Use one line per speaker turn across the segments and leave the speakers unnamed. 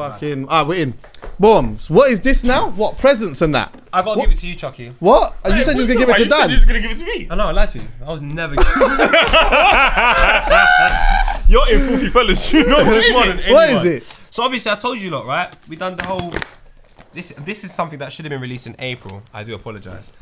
Fucking. Ah, we're in. Boom. So what is this now? What presents and that?
I gotta
What?
give it to you, Chucky.
What? You said you were gonna give it to
you said
Dan.
you was gonna give it to me.
I know, I lied to you. I was never. giving-
You're in filthy fellas. You know this more than anyone.
What is it?
so obviously, I told you lot, right? We done the whole. This this is something that should have been released in April. I do apologize.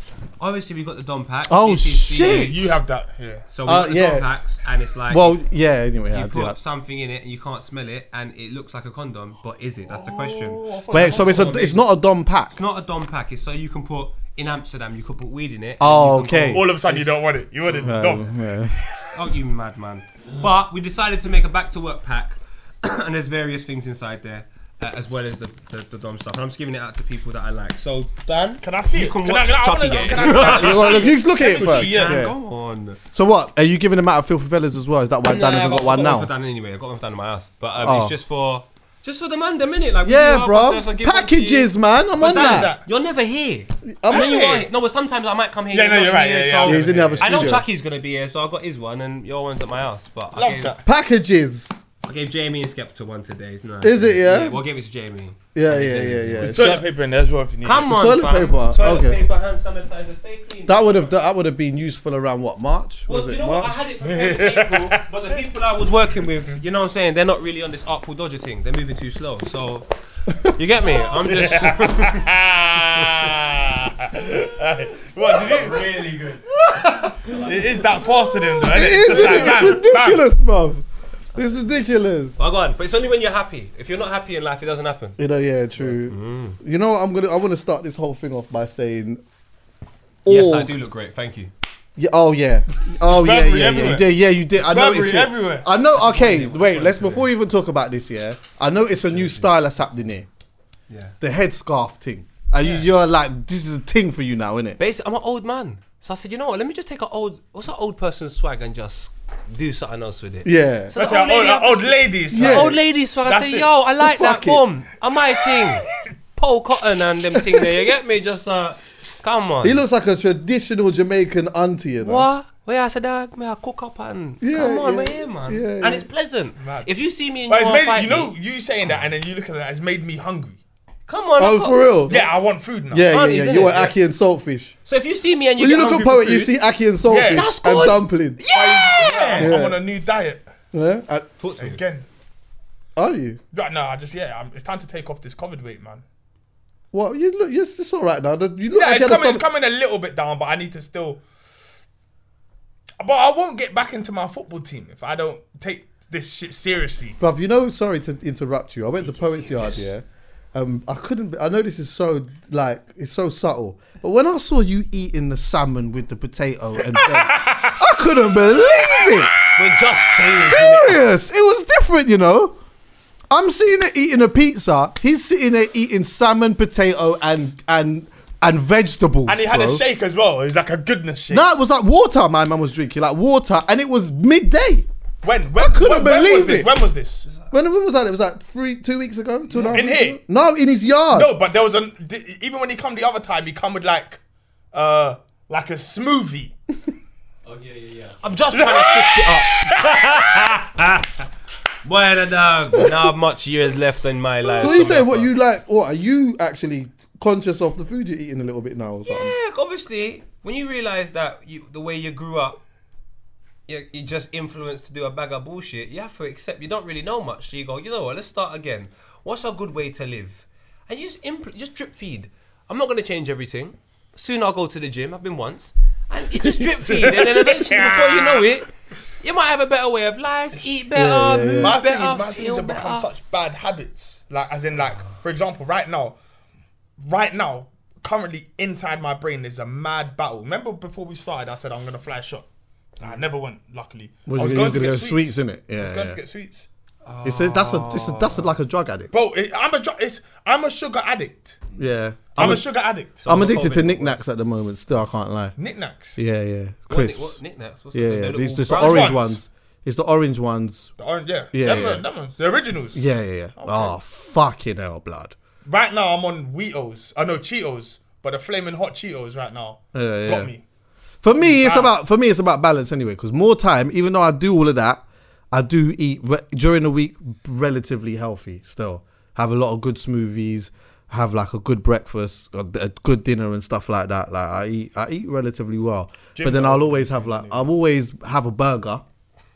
Obviously, we got the Dom pack.
Oh,
This is the-
shit.
You have that here.
So we
Uh,
got the
yeah.
Dom packs, and it's like
Well, yeah. Anyway, I
you
do
put
that.
something in it and you can't smell it, and it looks like a condom, but is it? That's the question.
Wait. So it's a. It's not a dom pack.
It's not a Dom pack. It's so you can put in Amsterdam. You could put weed in it.
Oh,
You can
okay.
All of a sudden, you don't want it. You want it dumb.
Um, yeah.
put- oh, you madman! But we decided to make a back to work pack, and there's various things inside there. Uh, as well as the, the, the Dom stuff. And I'm just giving it out to people that I like. So, Dan.
Can I see
you
it?
Can
Can I-
watch
can I- I
Chucky
wanna-
get it.
can I- can I-
You wanna look- you look at it first.
Dan,
Yeah.
go on.
So what? Are you giving them out of filthy fellas as well? Is that why Dan
Nah,
hasn't
but
got one
I've
now?
for Dan anyway. I got one for Dan in my house, but um,
Oh.
it's just for just for the man, the minute. Like we do
Yeah,
our
bro.
business, I give one to
Packages,
you.
man. I'm
But
on
Dan,
that.
You're never here.
I'm
I know you
here.
are here. No, but sometimes I might come here.
Yeah, no,
not
you're right,
here,
yeah,
so-
yeah,
He's in the other
I
studio.
know Chucky's gonna be here, so I got his one, and your one's at my house. But I
Love
gave,
that.
Packages.
I gave Jamie and Skepta one today. Isn't
Is it, yeah?
we'll give it to Jamie.
Yeah, yeah, yeah, yeah.
Toilet
So
paper in there as well if you need
Come on,
Toilet
fam.
paper,
Toilet
okay.
paper, hand sanitizer, stay clean.
that would have that would have been useful around what March?
Well,
Was
you
it
know what? I
March?
had it prepared in April, but the people I was working with, you know what I'm saying, they're not really on this artful dodger thing. They're moving too slow. So, you get me? I'm just.
it. what, did it? Really good. it is that fast to them, though,
It
isn't it?
is, isn't it?
Just like, bam,
It's
bam.
ridiculous, bruv. It's ridiculous.
Oh, go on. But it's only when you're happy. If you're not happy in life, it doesn't happen.
You know, yeah, true.
mm.
You know, what I'm gonna I want to start this whole thing off by saying,
Yes,
all-
I do look great. Thank you.
Yeah, oh yeah, oh yeah,
Burberry
yeah, yeah, you
everywhere.
did, yeah, you did. I
Burberry
noticed it.
everywhere.
I know. Okay, wait. Let's before we even talk about this. Yeah, I noticed a new style that's happening here.
Yeah.
The headscarf thing. And you, you're like, this is a thing for you now, isn't it?
Basically, I'm an old man. So I said, you know what? Let me just take an old, what's an old person's swag and just do something else with it.
Yeah.
So
That's
the
how
old,
old,
lady,
old, old ladies.
Yeah.
Yeah.
old lady swag. I
That's
said,
it.
yo, I like that.
Fuck it.
Boom. I might ting. Pole cotton and them ting there. You get me? Just, uh, come on.
He looks like a traditional Jamaican auntie, you know.
What? Well, yeah, I said, dog, may I cook up and
Yeah,
come on,
yeah,
we're here, man.
yeah,
and
yeah.
it's pleasant. If you see me in
But it's
your
made,
fight,
you know, you saying that and then you look at that, it's made me hungry.
come on.
Oh,
I've got-
for real?
Yeah, I want food now.
yeah, yeah,
Aunties,
yeah.
innit?
You want Aki and saltfish.
So if you see me and you
When you
get
look at
hungry
poet,
for
you
food-
see Aki and saltfish
That's
and
good.
dumpling.
yeah.
Yeah,
Yeah.
I'm on a new diet
Yeah? And-
Talk to me.
again.
are you?
Right now, I just yeah, I'm, it's time to take off this COVID weight, man.
What? You look. It's, it's all right now. The- You look
Yeah,
like
it's
you had a
coming, it's
stomach-
coming a little bit down, but I need to still. But I won't get back into my football team if I don't take this shit seriously.
Bruv, you know, sorry to interrupt you. I went to Poets Yard, yeah. Um, I couldn't. be- I know this is so like it's so subtle, but when I saw you eating the salmon with the potato and veg, I couldn't believe it.
We're just changing. it.
Serious, it was different, you know. I'm sitting there eating a pizza. He's sitting there eating salmon, potato, and and and vegetables.
And he had
bro.
a shake as well. It was like a goodness shake.
No, it was like water. My man was drinking like water, and it was midday.
When? When?
couldn't
when, when
believe
was this?
it.
When was this?
When, when was that? It was like three, two weeks ago, two and a half
In
weeks
here?
ago? No, in his yard.
No, but there was a. di- Even when he come the other time, he come with like, uh, like a smoothie.
I'm just trying to fix it up. Boy, the dog. Now much years left in my life.
So you say
somewhere,
what
bro.
you like? What are you actually conscious of the food you're eating a little bit now? Or something?
Yeah, obviously, when you realize that you, the way you grew up, you you just influenced to do a bag of bullshit, you have to accept you don't really know much. So you go, you know what, let's start again. What's a good way to live? And you just, impl- just drip feed. I'm not going to change everything. Soon I'll go to the gym. I've been once. And you just drip feed. And then eventually, before you know it, you might have a better way of life, eat better,
yeah, yeah.
move
my thing
better,
is, my things
feel
have become
better.
such bad habits. Like, as in, like, for example, right now, right now, currently inside my brain is a mad battle. Remember before we started, I said I'm gonna fly a shot. And I never went. Luckily,
Was
I
you gonna- you was gonna go sweets, innit?
I was
Yeah,
going
yeah.
to get sweets,
It's a, that's a, it's a that's a, like a drug addict.
bro. It, I'm a dr- it's I'm a sugar addict.
Yeah,
I'm,
I'm,
a, sugar addict.
I'm addicted to
COVID.
knickknacks at the moment. Still, I can't lie.
Knickknacks,
Yeah, yeah,
What,
crisps.
what, knickknacks? What's
yeah,
the-
yeah.
the
These
little
just the
brown-
orange
ones.
ones. It's the orange ones.
the orange, yeah,
Yeah,
them,
yeah.
Ones, them ones, the originals.
Yeah, yeah, yeah. Oh fucking hell, blood.
Right now, I'm on Wheatos. I know Cheetos, but the flaming hot Cheetos right now
Yeah,
got
yeah.
me.
For me, it's
Wow.
about for me it's about balance anyway. Because more time, even though I do all of that, I do eat re- during the week relatively healthy still. have a lot of good smoothies, have like a good breakfast, a, a good dinner and stuff like that. Like I eat, I eat relatively well, but
Jim's
then
not
I'll always have like I'll always have a burger.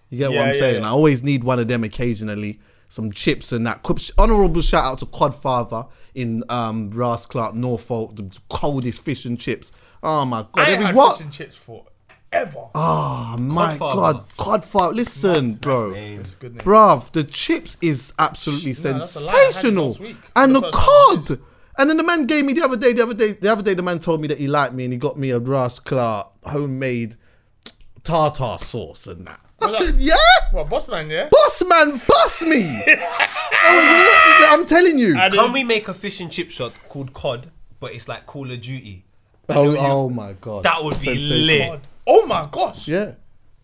You get
Yeah,
what I'm
yeah,
saying?
yeah.
I always need one of them occasionally. Some chips and that. Cup- Honorable shout out to Codfather in um, Ras Clark, Norfolk, the coldest fish and chips. Oh my god!
I ain't
every-
had
what?
fish and chips for ever.
Oh my
Codfather.
god, Codfather! Listen, bro,
names.
good name.
bruv, the chips is absolutely
No, that's a lie. I had it
sensational,
last week.
and the
The first
cod. And then the man gave me the other day. The other day, the other day, the man told me that he liked me, and he got me a Ras Clark homemade tartar sauce and that. I
Well,
said, yeah,
Well, boss man, yeah.
boss man, bust me. I was, I'm telling you.
I did-
Can we make a fish and chip shot called COD, but it's like Call of Duty?
Oh, oh my god,
That would be
Sensational.
lit.
God. Oh my gosh.
Yeah,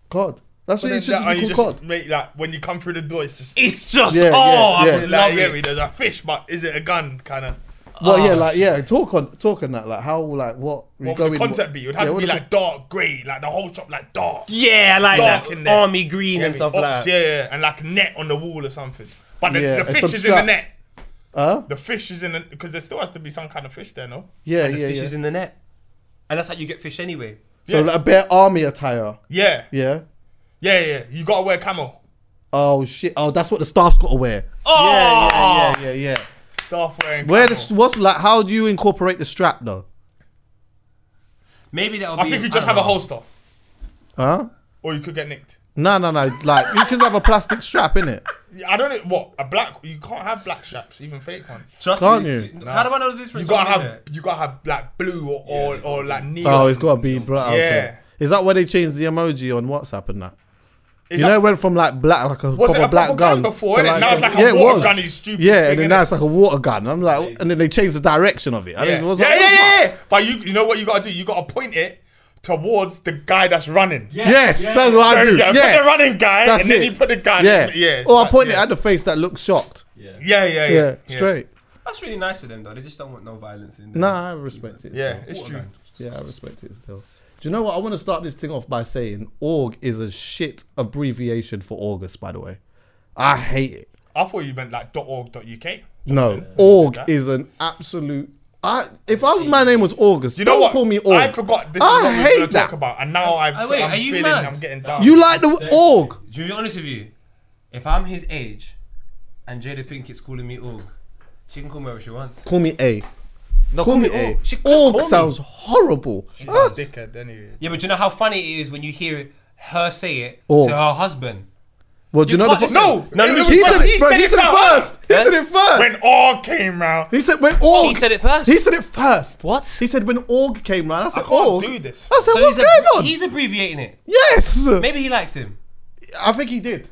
cod. That's what
Then
it should
that- and
be
you
called.
just
Cod.
make like when you come through the door, it's just
It's just
Yeah,
oh,
yeah,
I
yeah.
would
like,
love
yeah,
it.
there's a fish, but is it a gun kind of?
Well, yeah,
Ah,
like yeah, talk on talk on that. Like how, like what? we
What
go
would
in-
the concept be? It would
yeah,
have to
what
be
the-
like dark grey, like the whole shop like dark.
Yeah, I like
Dark in
that
there.
army green
Yeah,
and stuff
ops,
like that.
Yeah, yeah, and like a net on the wall or something. But the,
Yeah,
the
and
fish
some
is in the
straps.
net.
Huh?
The fish is in the because there still has to be some kind of fish there, no?
Yeah,
The
yeah,
fish
yeah.
is in the net, and that's how you get fish anyway.
so
Yeah.
like a bare army attire.
Yeah, yeah,
Yeah.
yeah. You gotta wear camo.
Oh shit! Oh, that's what the staff's got to wear.
Oh,
Yeah, yeah, yeah, yeah.
Staff wearing.
Where
camo.
the what's like? How do you incorporate the strap though?
maybe that'll be.
I think you just
don't
have a
know.
holster,
Huh?
or you could get nicked.
No, no, no. Like you can have a plastic strap in it.
Yeah, I don't know what a black. You can't have black straps, even fake ones.
Trust
Can't
me, it's
you?
too- How do I know the difference?
You gotta
between
have. You gotta have like blue or or, or like neon.
Oh, it's got to be. Bro,
Yeah.
Okay. Is that why they changed the emoji on WhatsApp and that?
Is
you know,
that-
it went from like black, like a
Was it
proper
a
black
proper
gun,
gun before,
to,
innit? Now it's like a
it
water
was.
gun, you stupid
Yeah,
thing,
and then
innit?
now it's like a water gun. I'm like, and then they changed the direction of it. I
Yeah,
think it was
yeah,
like, what
yeah,
the
yeah,
fuck?
yeah. But you, you know what you gotta do? You gotta point it towards the guy that's running. Yeah.
Yes, that's what I do.
Yeah,
yeah,
put the running guy,
that's
and then
it.
you put the gun.
Yeah,
yeah.
Or I
but-
point
yeah.
it at the face that looks shocked. Yeah,
Yeah, yeah, yeah.
straight.
That's really nice of them, though. They just don't want no violence in there.
Nah, I respect it.
Yeah,
still.
it's
Water
true.
gun.
yeah, I respect it still. Do you know what? I want to start this thing off by saying org is a shit abbreviation for August. By the way, I hate it.
I thought you meant like .org.uk.
No, org
that.
is an absolute. I if I, my name was August,
You know
don't
what?
call me org.
I forgot this
I
is what we were
hate
gonna
that.
talk about, and now I've,
Oh, wait,
I'm
are you
feeling
mad?
I'm getting down.
You like the org?
To be honest with you, if I'm his age and Jada Pinkett's calling me Org, she can call me whatever she wants.
Call me A.
No,
Call me
Org.
A.
She just
eh? Org
call me.
sounds horrible.
Oh,
Huh?
dickhead, anyway.
Yeah, but do you know how funny it is when you hear her say it
Org.
to her husband?
Well, do you
You
know the
can't
fu-
listen. No,
No, it
no,
was
He
when-
said it, bro, he said it
to her.
first. He
Huh?
said it first.
When all came round,
he said when org.
He said it first.
He said it first.
What?
He said when org came round. I said
can't
org.
do this.
I said
So
what's
he's,
going
ab-
on?
he's abbreviating it.
yes.
Maybe he likes him.
I think he did.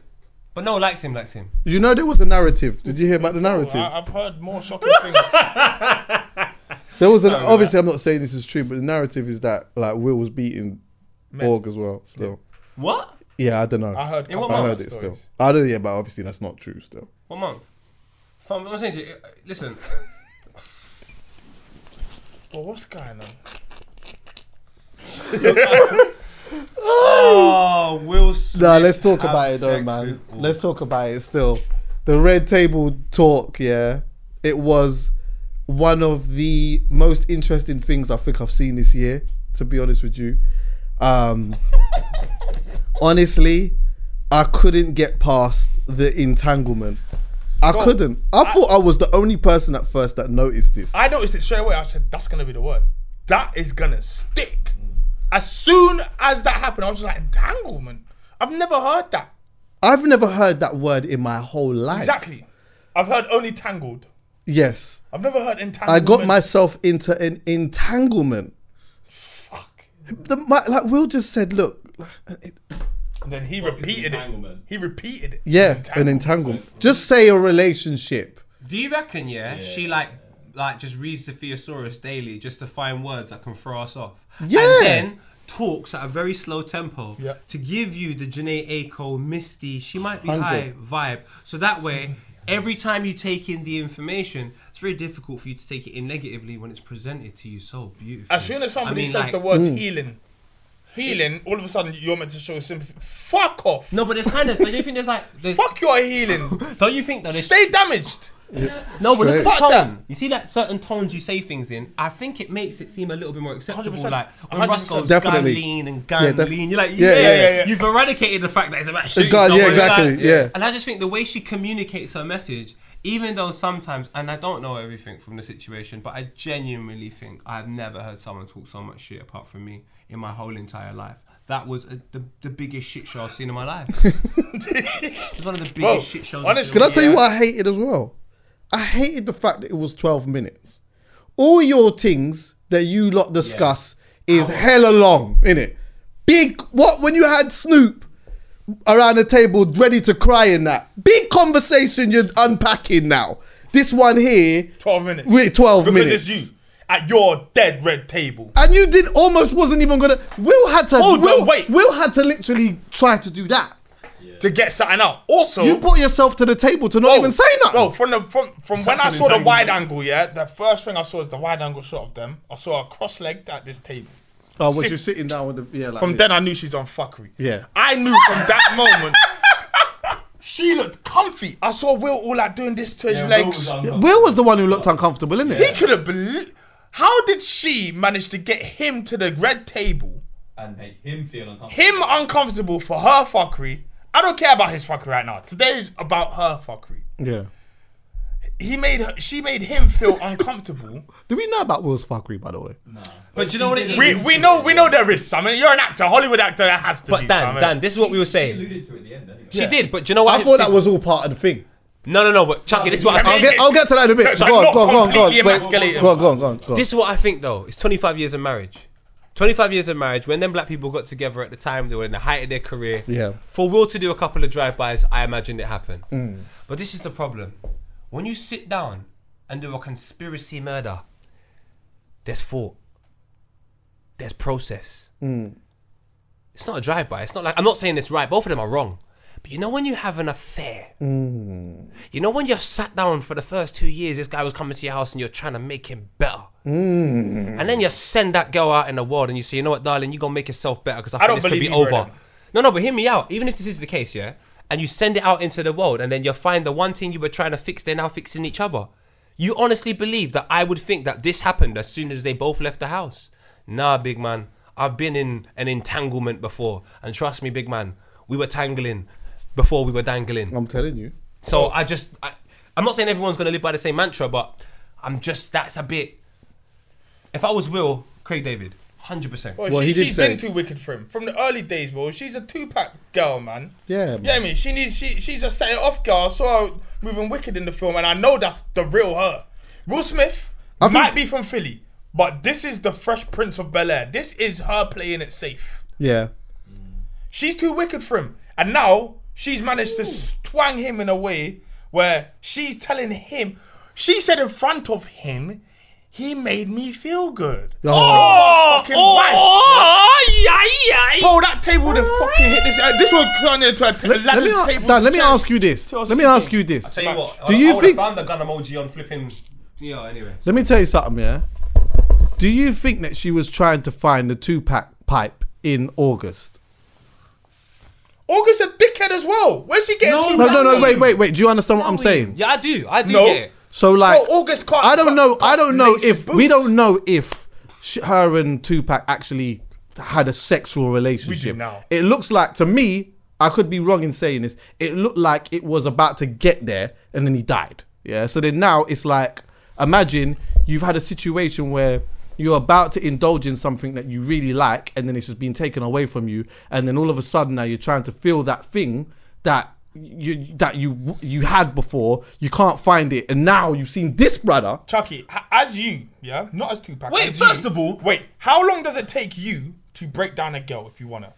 But no, likes him, likes him.
You know there was a narrative. Did you hear about the narrative?
I, I've heard more shocking things.
There was an, obviously I'm not saying this is true, but the narrative is that like Will was beating Org as well. Still,
What?
yeah, I don't know.
I heard.
In what
couple
I
month?
heard it
stories.
still. I don't. Yeah, but obviously that's not true. Still,
What month? Fam, I'm saying to you, uh, listen.
Well, what's going on?
Oh, Will Smith.
nah. Let's talk
have
about it though,
sex
man.
with Org.
Let's talk about it still. The red table talk. Yeah, it was one of the most interesting things I think I've seen this year. To be honest with you, um, honestly, I couldn't get past the entanglement. I
Bro,
couldn't. I, thought I was the only person at first that noticed this.
I noticed it straight away. I said, that's going to be the word. That is going to stick.
Mm.
As soon as that happened, I was just like, entanglement. I've never heard that.
I've never heard that word in my whole life.
Exactly. I've heard only tangled.
Yes.
I've never heard entanglement.
I got myself into an entanglement.
Fuck.
The, my, like Will just said, look,
And then he repeated it.
entanglement?
He repeated it.
yeah, an
Entanglement.
entanglement. Just say a relationship.
Do you reckon, yeah, she like like just reads the Theosaurus daily just to find words that can throw us off?
Yeah.
And then talks at a very slow tempo
Yeah.
to give you the Janae Aiko misty, she might be high
Hundred.
vibe. So that way, every time you take in the information, it's very difficult for you to take it in negatively when it's presented to you so beautifully.
As soon as somebody
I mean,
says
like-
the words
Mm.
healing, healing, all of a sudden you're meant to show sympathy. Fuck off.
No, but there's kind of. Don't you think there's like. There's,
Fuck your healing.
Don't you think that there's
Stay damaged.
No, but look at
Straight.
the
Fuck
tone.
that.
You see, like certain tones you say things in, I think it makes it seem a little bit more acceptable.
100%.
Like when
100%.
Russ goes gun
Definitely.
lean and
Yeah,
gun
def-
lean, you're like, yeah,
Yeah, yeah,
yeah, yeah.
you've eradicated the fact that it's about shooting
gun, yeah,
someone. It's
exactly,
like-
yeah.
And I just think the way she communicates her message, even though sometimes, and I don't know everything from the situation, but I genuinely think I've never heard someone talk so much shit apart from me in my whole entire life. That was a, the, the biggest shit show I've seen in my life. it's one of the biggest
Bro,
shit shows.
honestly-
Can I tell you
Yeah.
what I hated as well? I hated the fact that it was 12 minutes. All your things that you lot discuss is hella long, innit? Big, what, when you had Snoop around the table ready to cry in that, big conversation you're unpacking now. This one here,
12 minutes.
Wait, 12
because
minutes.
it's you at your dead red table.
and you did almost wasn't even gonna. Will had to.
Hold on,
Will,
wait.
Will had to literally try to do that.
to get something out. Also,
You brought yourself to the table to not
bro,
even say nothing.
Bro, from the from, from when I
Saxon
saw the
entanglement.
wide angle, yeah, the first thing I saw is the wide angle shot of them. I saw her cross legged at this table.
oh, was
sick.
you sitting down with the yeah? Like
From
this.
then, I knew she's on fuckery.
Yeah.
I knew from that moment. She looked comfy. I saw Will all like doing this to his legs.
Will was the one who looked uncomfortable, innit?
He could have believed. How did she manage to get him to the red table?
and make him feel uncomfortable.
Him uncomfortable for her fuckery. I don't care about his fuckery right now. Today's about her fuckery.
Yeah.
He made her, she made him feel uncomfortable.
Do we know about Will's fuckery, by the way?
But you know what it is?
We, we know we know there is some. I mean, You're an actor, Hollywood actor. That has to be
But Dan,
some.
Dan, this is what we were saying.
alluded to at the end. Anyway.
She did, but do you know what?
I thought that was all part of the thing.
no, no, no. But Chucky, this is what I
I'll
think.
get, I'll get to that in a bit.
So-
Go on,
like,
go on, go on,
not
go on.
completely
Wait,
emasculating.
Go on, go on, go on, go on.
This is what I think though. It's 25 years of marriage. 25 years of marriage. When them black people got together at the time, they were in the height of their career.
Yeah.
For Will to do a couple of drive-bys, I imagine it happened.
Mm.
But this is the problem. When you sit down and do a conspiracy murder, there's thought. There's process. It's not a drive-by. It's not like I'm not saying it's right. Both of them are wrong. But you know when you have an affair. You know when you're sat down for the first two years, this guy was coming to your house and you're trying to make him better. And then you send that girl out in the world and you say, you know what, darling, you gonna make yourself better because I, think
don't
this could be
believe you,
over.
Ronan.
No, no, but hear me out. Even if this is the case, yeah, and you send it out into the world and then you find the one thing you were trying to fix, they're now fixing each other. You honestly believe that I would think that this happened as soon as they both left the house? Nah, big man. I've been in an entanglement before. And trust me, big man, we were tangling before we were dangling.
I'm telling you.
So I just, I, I'm not saying everyone's going to live by the same mantra, but I'm just, that's a bit. If I was Will, Craig David, 100%.
Bro,
Well,
she,
he did
has
say-
been too wicked for him from the early days, bro. She's a two pack girl, man.
Yeah,
Yeah, I mean, she needs. She she's a set it off girl. I saw her moving wicked in the film, and I know that's the real her. Will Smith
I think-
might be from Philly, but this is the Fresh Prince of Bel Air. This is her playing it safe.
Yeah.
She's too wicked for him. And now she's managed to s- twang him in a way where she's telling him, she said in front of him, he made me feel good.
Oh.
fucking
Oh,
wife. Bro, that table would have fucking hit this. Uh, this would turn into a t-
Let me,
ladder's
a-
table.
Dan, let me
chair.
ask you this.
Chelsea
Let me ask
game.
you this.
Tell you what,
Do
I,
you
I would've
think-
found the gun emoji on flipping. Yeah, anyway.
Let me tell you something, yeah? Do you think that she was trying to find the two pack pipe in August?
August a dickhead as well. Where's she getting
No,
two
No, no, no,
random-
wait, wait, wait. Do you understand what I'm saying?
Yeah, I do. I do
No.
get it.
So like,
Bro, Oh, August can't-
I don't know.
can't-
I don't know
lace his
if we
boots.
don't know if sh- her and Tupac actually had a sexual relationship.
now.
It looks like to me. I could be wrong in saying this. It looked like it was about to get there, and then he died. Yeah. So then now it's like, imagine you've had a situation where you're about to indulge in something that you really like, and then it's just being taken away from you, and then all of a sudden now you're trying to feel that thing that you that you you had before you can't find it and now you've seen this brother
Chucky, h- as you, yeah, not as Tupac.
Wait,
as
first
you-
of all-
wait. How long does it take you to break down a girl if you wanna?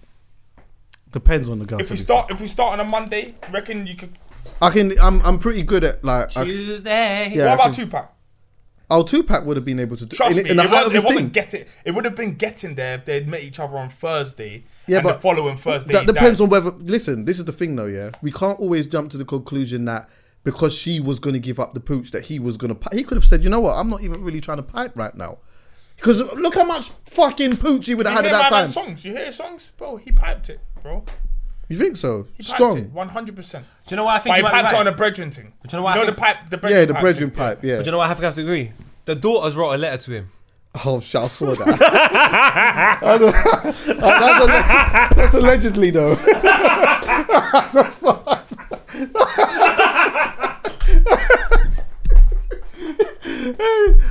depends on the girl
If we
to be-
start, if we start on a Monday, reckon you could.
i can i'm, I'm pretty good at like I,
Tuesday.
Yeah. I
what about
can-
Tupac?
oh tupac would have been able to do
Trust
in,
me,
in the
it,
height
was,
of his
it
thing
wasn't getting. It would have been getting there if they'd met each other on Thursday.
yeah,
and
but
the following Thursday.
That
he
depends
died.
on whether. Listen, this is the thing though. Yeah, we can't always jump to the conclusion that because she was going to give up the pooch, that he was going to. He could have said, you know what, I'm not even really trying to pipe right now, because look how much fucking pooch he would have had
You hear
at
my
that
man's
time.
songs? You hear his songs, bro? He piped it, bro.
You think so?
He piped
Strong.
it, 100%.
Do you know why I think
But he
you might
piped
be
it on
right?
a brethren thing.
But you know what I
You know the
think-
pipe, the brethren
Yeah, the
pipe
brethren
thing?
pipe. Yeah.
But you know what I have to, have to agree? The daughters wrote a letter to him.
Oh, shit, I saw that. I know. oh, that's, alle- that's allegedly though.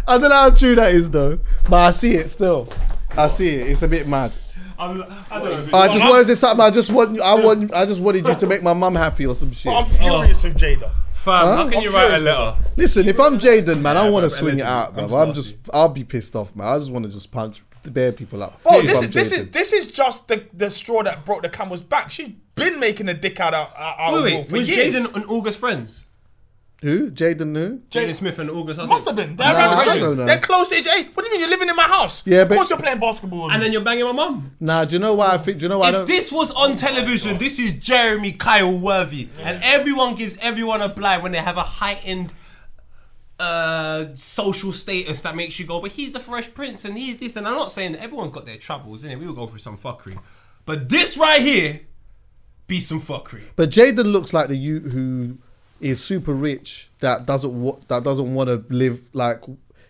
I don't know how true that is though, but I see it still. I see it. It's a bit mad.
I don't
I just wanted this up. I just want. I want. I just wanted you to make my mum happy or some shit.
But I'm
Oh.
furious with Jada.
Fam, how can you
I'm
write a
serious,
letter?
Listen, if I'm Jaden, man, I want to
but
swing it
allegedly,
out,
I'm
bro. I'm,
smart,
just. I'll be pissed off, man. I just want to just punch the bare people up.
Oh,
If
this
I'm
is, this
Jaden.
is this is just the, the straw that broke the camel's back. She's been making a dick out of out out
Wait,
of
wait,
Will for
was
years.
Jaden and August friends?
who? Jaden who?
Jaden Smith and August Hudson.
Must have been. They're,
Nah,
around
I
the
don't
same.
know.
They're close age. Hey, what do you mean? You're living in my house.
Yeah,
of
but-
course you're playing basketball.
And then you're banging my mum.
Nah, do you know why I think? Do you know why I
If
don't?
this was
Oh
on television, this is Jeremy Kyle Worthy, and everyone gives everyone a blind when they have a heightened uh, social status that makes you go. But he's the Fresh Prince, and he's this, and I'm not saying that everyone's got their troubles, innit? We all go through some fuckery, but this right here, be some fuckery.
But Jaden looks like the you who is super rich that doesn't wa- that doesn't want to live like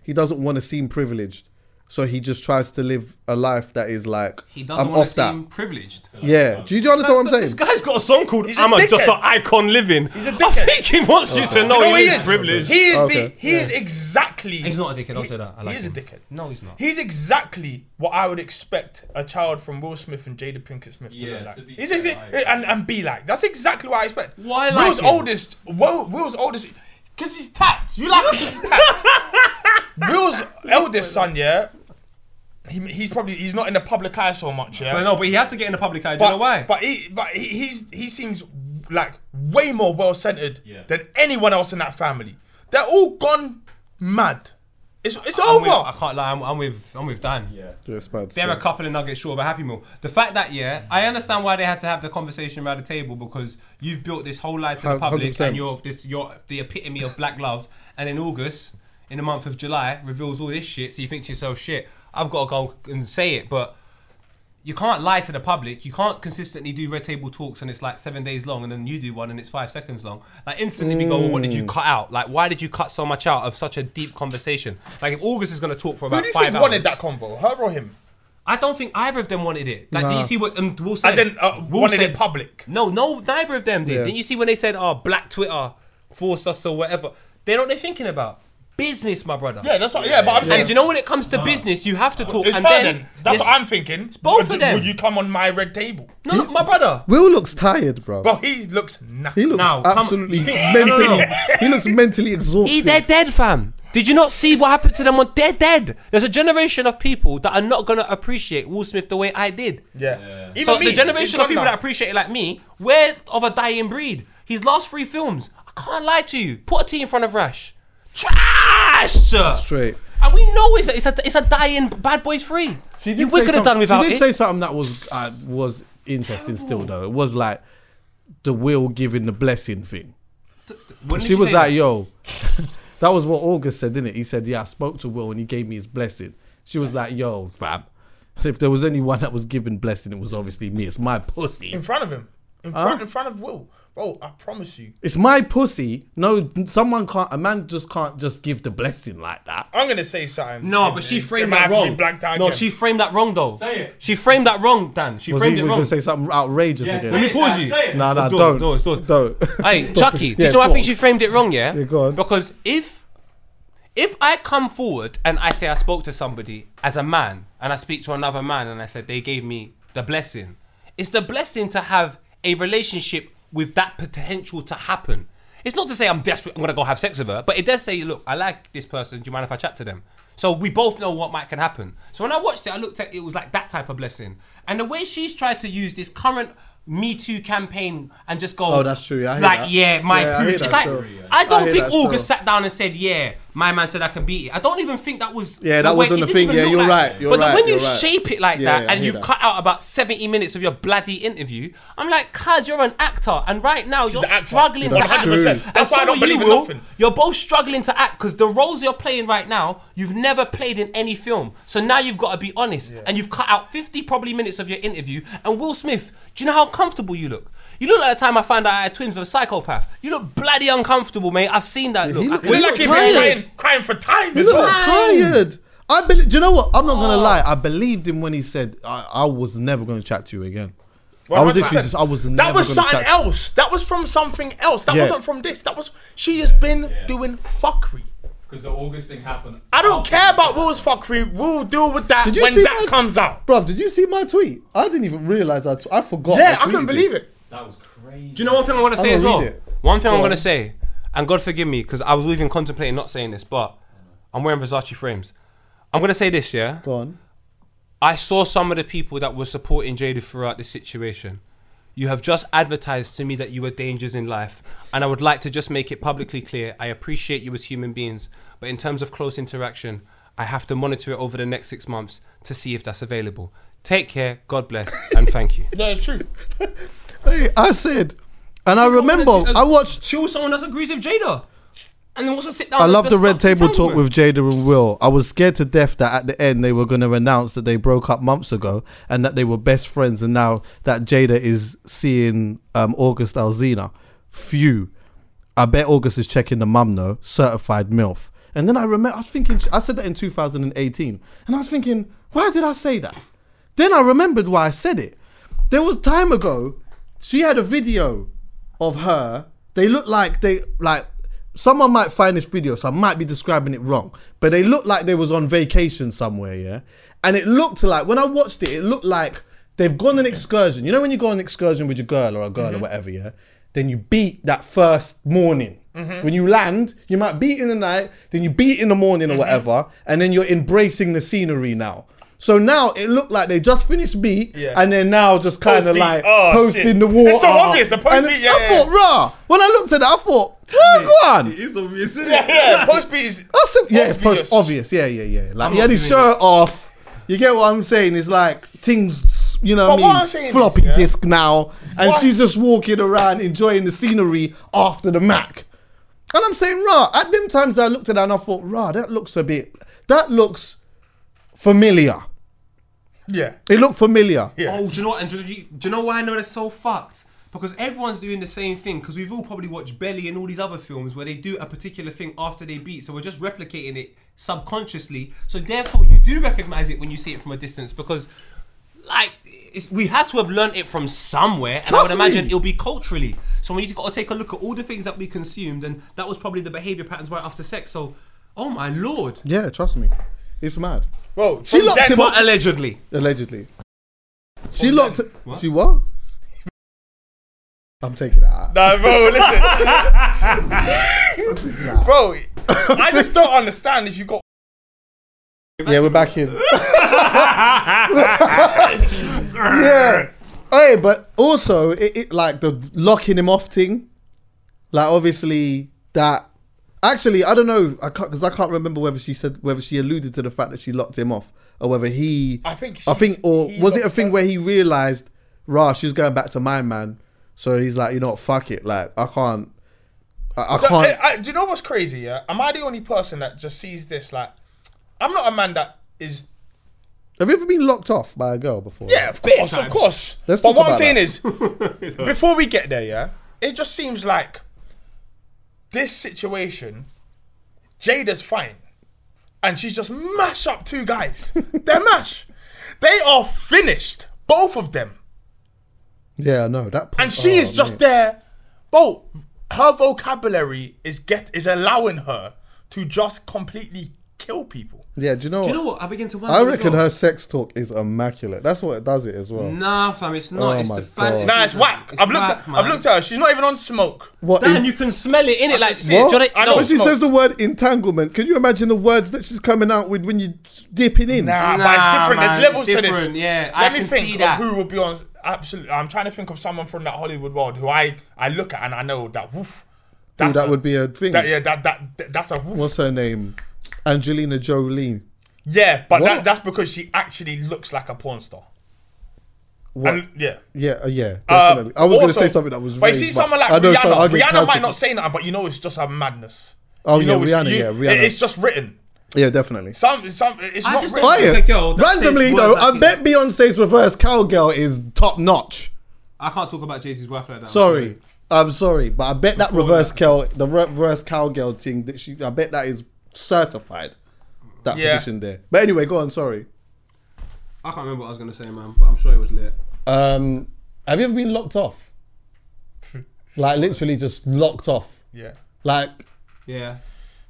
he doesn't want to seem privileged, so he just tries to live a life that is like
He doesn't
I'm
want
off
to seem privileged.
that. Yeah, do you, do you understand what I'm
This
saying?
guy's got a song called
He's a
"I'm a just an
dickhead.
icon living." He's
a
I
dickhead. Oh,
think he wants you to know,
no,
he,
he
is,
is
privileged.
He is
Oh, Okay.
the. He is exactly.
He's not a dickhead. I'll say that. I like
he is
him.
a dickhead.
No, he's not.
He's exactly what I would expect a child from Will Smith and Jada Pinkett Smith to
Yeah,
look like.
to be
He's exa- eh,
like-
and, and be like. That's exactly what I expect.
Why like
Will's
him?
oldest. Will, Will's oldest. Because he's tapped. You like because he's tapped. Will's eldest son, yeah. He, he's probably he's not in the public eye so much, yeah.
But no, but he had to get in the public eye. Do
But
you know why?
But he, but he, he's he seems like way more well centered
Yeah.
than anyone else in that family. They're all gone mad. It's it's
I'm
over.
with- I can't lie. I'm, I'm with. I'm with Dan.
Yeah.
Yes, man,
They're a
so-
couple of nuggets short of a happy meal. The fact that yeah, I understand why they had to have the conversation around the table because you've built this whole lie to the
Hun-
public
100%.
and you're this you're the epitome of black love. And in August, in the month of July, reveals all this shit. So you think to yourself, shit, I've got to go and say it, but. You can't lie to the public. You can't consistently do red table talks and it's like seven days long, and then you do one and it's five seconds long. Like instantly, we go, well, "What did
Mm.
you cut out? Like, why did you cut so much out of such a deep conversation?" Like, if August is going to talk for about
Who do you
five
think
hours,
wanted that combo? Her or him?
I don't think either of them wanted it. Like, do you
Nah.
see what um, Will said?
As in, uh,
Will
wanted
said-
it public.
No, no, neither of them did.
Yeah.
Didn't you see when they said, "Oh, Black Twitter forced us or whatever"? They know what they're thinking about business, my brother.
Yeah, that's what. Yeah, but I'm
And
saying
do you know when it comes to business, you have to talk.
it's
and
her
then,
then. That's
Yes.
what I'm thinking.
both
would,
of them.
Would you come on my red table?
No, no, my brother.
Will looks tired, bro.
Well, he looks knackered.
he looks
Now, come-
absolutely
you think- No,
mentally.
no, no.
He looks mentally
He,
exhausted.
they're dead, fam. Did you not see what happened to them? On they're dead. There's a generation of people that are not gonna appreciate Will Smith the way I did.
yeah. Even
so
me,
the generation of
he's
people
gone now.
that appreciate it like me, we're of a dying breed. His last three films, I can't lie to you. Put a T in front of Rash. Trash!
Straight.
And we know it's a, it's a, it's a dying Bad Boys 3.
She did
You- we
say
could have
some-
done without
She did
it.
say something that was uh, was interesting still though. It was like the will giving the blessing thing.
When did
She was
say
like, "Yo," that was what August said, didn't it? He said, "Yeah, I spoke to Will and he gave me his blessing." She was like, "Yo, fam." If there was anyone that was given blessing, it was obviously me. It's my pussy.
in front of him, in front, in front of Will. Bro, I promise you,
It's my pussy. No, someone can't. A man just can't just give the blessing like that.
I'm gonna say something.
No, but she
It
framed
might
that
have to be
wrong.
blacked out
No,
again.
she framed that wrong though.
Say it.
She framed that wrong, Dan. She
Was
framed
he
it
was
wrong.
gonna say something outrageous
Yeah,
again?
say it,
pause
Dan,
you.
say it.
Nah, nah,
Doors,
don't,
doors, doors.
don't.
Hey, Chucky, do
Yeah,
you know why I
go
think
on.
she framed it wrong, yeah?
Yeah, go on.
Because if if I come forward and I say I spoke to somebody as a man and I speak to another man and I said they gave me the blessing, it's the blessing to have a relationship with that potential to happen. It's not to say I'm desperate, I'm gonna go have sex with her, but it does say, look, I like this person, do you mind if I chat to them? So we both know what might can happen. So when I watched it, I looked at it was like that type of blessing. And the way she's tried to use this current Me Too campaign and just go,
Oh, that's true, yeah, I hear
like,
that.
yeah, my
Yeah, I hear
pooch.
that
It's like,
still.
I don't
I hear
think
that still.
August sat down and said, "Yeah, my man said I can beat it." I don't even think that was.
Yeah,
the
that
way-
wasn't
it
the
didn't
thing.
even
Yeah,
look
you're
like-
right, you're
but then
right,
when you
you're right.
shape it like
Yeah,
that,
yeah, I
and
hear
you've
that.
cut out about seventy minutes of your bloody interview, I'm like, "Cuz, you're an actor, and right now you're
an actor.
struggling to
That's
act."
true.
And
That's why I
so
don't
are you,
believe in
Will.
nothing.
You're both struggling to act because the roles you're playing right now, you've never played in any film. So now you've got to be honest, and you've cut out 50 probably minutes of your interview. And Will Smith, do you know how comfortable you look? You look like the time I found out I had twins with a psychopath. You look bloody uncomfortable, mate. I've seen that
Yeah,
look.
he
I
look-
can-
he
We're
look
like he's
tired.
been crying, crying for time
You
as
look
well.
tired. I believe. Do you know what? I'm not
Oh.
gonna lie. I believed him when he said I, I was never gonna chat to you again. I was
100%.
literally just. I was.
That
never
was
gonna
something
chat-
else. That was from something else. That
Yeah.
wasn't from this. That was she has been doing fuckery.
Because the August thing happened.
I don't
after
care
this
about
happened.
Will's fuckery. We'll deal with that
Did you
when
see
that
that?
comes out.
Bruv, did you see my tweet? I didn't even realize I. T- I forgot.
Yeah, I
tweeted
couldn't believe
this.
it.
That was crazy.
Do you know one thing I want to say
gonna
as
read
well?
it.
One thing I'm
Go
going to
on.
say, and God forgive me, because I was even contemplating not saying this, but I'm wearing Versace frames. I'm going to say this, yeah?
Go on.
I saw some of the people that were supporting Jada throughout this situation. You have just advertised to me that you were dangers in life, and I would like to just make it publicly clear I appreciate you as human beings, but in terms of close interaction, I have to monitor it over the next six months to see if that's available. Take care, God bless, and thank you.
Yeah, it's true.
Hey, I said, and I remember I watched.
She was someone that agrees with Jada, and then wants to sit down.
I love the red table talk with Jada and Will. I was scared to death that at the end they were going to announce that they broke up months ago and that they were best friends, and now that Jada is seeing um, August Alzina. Phew. I bet August is checking the mum though, certified MILF. And then I remember, I was thinking, I said that in 2018, and I was thinking, why did I say that? Then I remembered why I said it. There was time ago, she had a video of her. They look like they like. Someone might find this video, so I might be describing it wrong. But they looked like they was on vacation somewhere, yeah. And it looked like when I watched it, it looked like they've gone on an excursion. You know when you go on an excursion with your girl or a girl or whatever, yeah? Then you beat that first morning. When you land, you might beat in the night, then you beat in the morning or whatever, and then you're embracing the scenery now. So now it looked like they just finished beat,
Yeah.
and they're now just kind of
Post-beat.
like
Oh,
posting
shit.
the water.
It's so obvious, the post-beat,
And
yeah,
I
yeah,
thought, rah. When I looked at that, I thought, oh, go on.
It's obvious, isn't it?
Yeah, yeah. Post beat is
That's a, yeah, it's
Obvious.
post obvious. Yeah, yeah, yeah. Like he
not
had his
doing
shirt off. You get what I'm saying? It's like things, you know what
But
I
what
mean?
I'm saying is,
Floppy
yeah.
disk now, and
What-
she's just walking around enjoying the scenery after the Mac. And I'm saying, rah. At them times, I looked at that and I thought, rah, that looks a bit. That looks familiar.
yeah.
It looked familiar.
Yeah.
Oh, do you know what? And do you, do you know why I know they're so fucked? Because everyone's doing the same thing. Because we've all probably watched Belly and all these other films where they do a particular thing after they beat. So we're just replicating it subconsciously. So therefore, you do recognize it when you see it from a distance. Because, like, it's, we had to have learnt it from somewhere, and I would
Trust
imagine
me.
it'll be culturally. So we need to go take a look at all the things that we consumed, and that was probably the behavior patterns right after sex. So, oh my lord,
Yeah, trust me. It's mad.
Bro,
She
from
locked
then-
him up.
but allegedly.
Allegedly. She locked. She what? I'm taking it out.
Nah, bro, listen. bro, I just don't understand if you got.
Yeah, we're back in. yeah. Hey, but also it, it like the locking him off thing. Like obviously that. Actually, I don't know. I can't because I can't remember whether she said whether she alluded to the fact that she locked him off or whether he.
I think
I think
she's-
or
he
was it a
locked
thing
her-
where he realized, rah, she's going back to my man. So he's like, you know, what, fuck it. Like I can't. I, I
I,
can't.
I, do you know what's crazy? Yeah, am I the only person that just sees this? Like, I'm not a man that is.
Have you ever been locked off by a girl before?
Yeah, of course, of
times.
course.
Let's
but
talk
what I'm
about
saying
that.
is, before we get there, yeah, it just seems like this situation, Jada's fine, and she's just mash up two guys. They're mash. They are finished, both of them.
Yeah, I know that.
and she
Oh,
is just there. Bro, her vocabulary is get is allowing her to just completely kill people.
Yeah, do you know?
Do
what?
you know what? I begin to wonder.
I
as
reckon
well.
her sex talk is immaculate. That's what it does it as well.
Nah, fam, it's not.
Oh
it's
my
the fan.
God.
the-
Nah, it's whack. I've looked.
whack,
at,
man.
I've looked at her. She's not even on smoke.
What?
Dan,
in-
you can smell it in it. Like, see,
what?
do you know-
I
no,
know
when she
smoke.
says the word entanglement, can you imagine the words that she's coming out with when you dipping in?
Nah, but it's
Nah,
different.
man,
There's levels
it's
to
different.
this.
Yeah,
Let
I
me
can
think
see
of
that.
who will be on. Absolutely, I'm trying to think of someone from that Hollywood world who I I look at and I know that woof.
Ooh,
That's
that
a-
would be a thing.
That, yeah, that, that that's a woof.
What's her name? Angelina Jolie.
Yeah, but
What?
that, that's because she actually looks like a porn star.
What?
And- yeah.
yeah, uh, yeah,
Uh,
definitely. I was going to
also-
say something that was.
But you
raised,
see, someone like
I know,
Rihanna,
so I'll get
Rihanna might
cancelled.
not say nothing, but you know it's just a madness.
Oh,
you
yeah,
know, it's-
Rihanna,
you-
yeah, Rihanna.
it- It's just written.
Yeah, definitely.
Some, some, it's not
just
written.
don't-
Oh
Like a
yeah.
girl that says
Randomly though,
words
I
like
bet Beyonce's reverse cowgirl is top notch.
I can't talk about Jay Z's wife like that. I'm
Sorry. I'm sorry, but I bet that reverse cow, the re- reverse cowgirl thing that she, I bet that is certified. That
Yeah.
position there. But anyway, go on. Sorry.
I can't remember what I was gonna say, man, but I'm sure it was lit.
Um, have you ever been locked off? like literally just locked off.
Yeah.
Like
Yeah.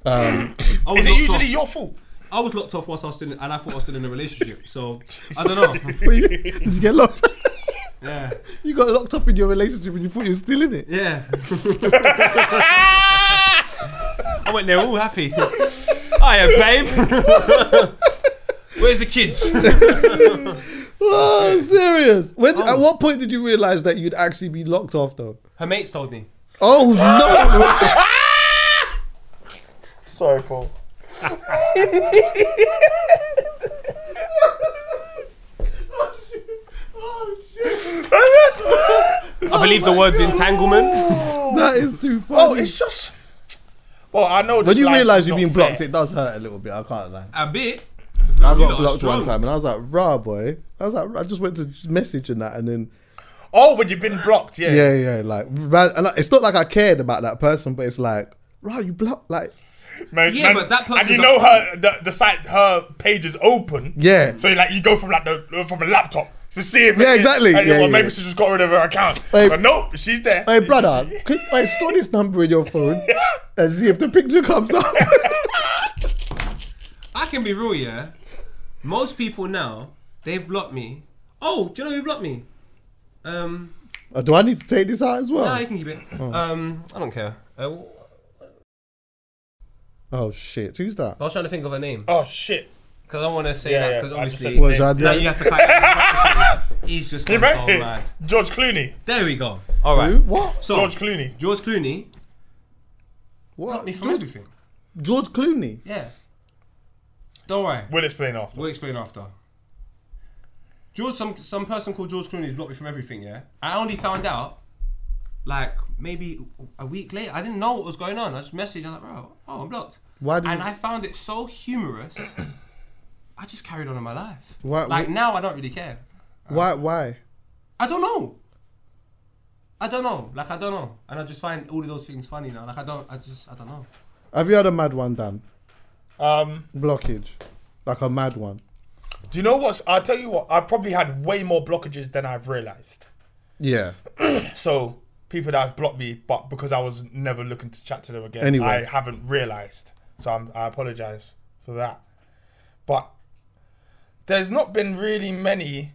um,
I was
Is it
locked
usually
off.
your fault?
I was locked off whilst I was still in, and I thought I was still in a relationship. So I don't know.
Wait, you- did you get locked?
Yeah.
you got locked up in your relationship and you thought you were still in it.
Yeah.
I went there all happy. Hiya, babe. Where's the kids?
Oh, I'm serious. When,
Oh.
At what point did you realize that you'd actually be locked off though?
Her mates told me.
Oh no!
Sorry, Paul.
Oh,
I believe the word's entanglement.
that is too funny.
Oh, it's just. Well, I know.
when
this
you
life
realize
is
you've
not
been
fair.
blocked, it does hurt a little bit. I can't lie.
A bit.
I
lot
got
are
blocked one
strong.
time and I was like, "Rah, boy." I was like, I just went to message and that, and then
Oh, when you've been blocked, yeah.
yeah, yeah, like, ran, and like, it's not like I cared about that person, but it's like, "Rah, you blocked." Like,
Man,
Yeah,
man-
but that
And you
person's
know
a-
her the, the site her page is open.
Yeah.
So like you go from like the from a laptop to see if
Yeah,
it is-
exactly.
and you-
Yeah,
well,
yeah.
maybe she just got rid of her account.
Hey.
but nope, she's there.
hey, brother, could I store this number in your phone and see if the picture comes up?
I can be real, yeah. Most people now, they've blocked me. Oh, do you know who blocked me? Um,
Uh, Do I need to take this out as
Nah,
well?
you can keep it. Um, I don't care. Uh, I
Oh shit, who's that?
was trying to think of a name
Oh shit.
because I want to say
Yeah,
that
yeah,
because
I just
obviously
said-
Was I
now you
there?
have to fight. He's just gone so mad.
George Clooney.
There we go. All right.
Who? What?
So
George Clooney.
George Clooney
What?
blocked me from
George,
everything.
George Clooney.
Yeah. Don't worry.
We'll explain after.
We'll explain after. George, some some person called George Clooney's blocked me from everything. Yeah,
I only found out like maybe a week later. I didn't know what was going on. I just messaged. I'm like, bro, oh, I'm blocked.
Why do
and
you-
I found it so humorous. I just carried on in my life.
Why-
like
wh-
now, I don't really care.
Why? Why?
I don't know. I don't know. Like I don't know, and I just find all of those things funny now. Like I don't. I just. I don't know.
Have you had a mad one, Dan?
Um,
Blockage, like a mad one.
do you know what's? I'll tell you what. I probably had way more blockages than I've realized.
Yeah.
So people that have blocked me, but because I was never looking to chat to them again,
Anyway.
I haven't realised. So I'm, I apologise for that. But there's not been really many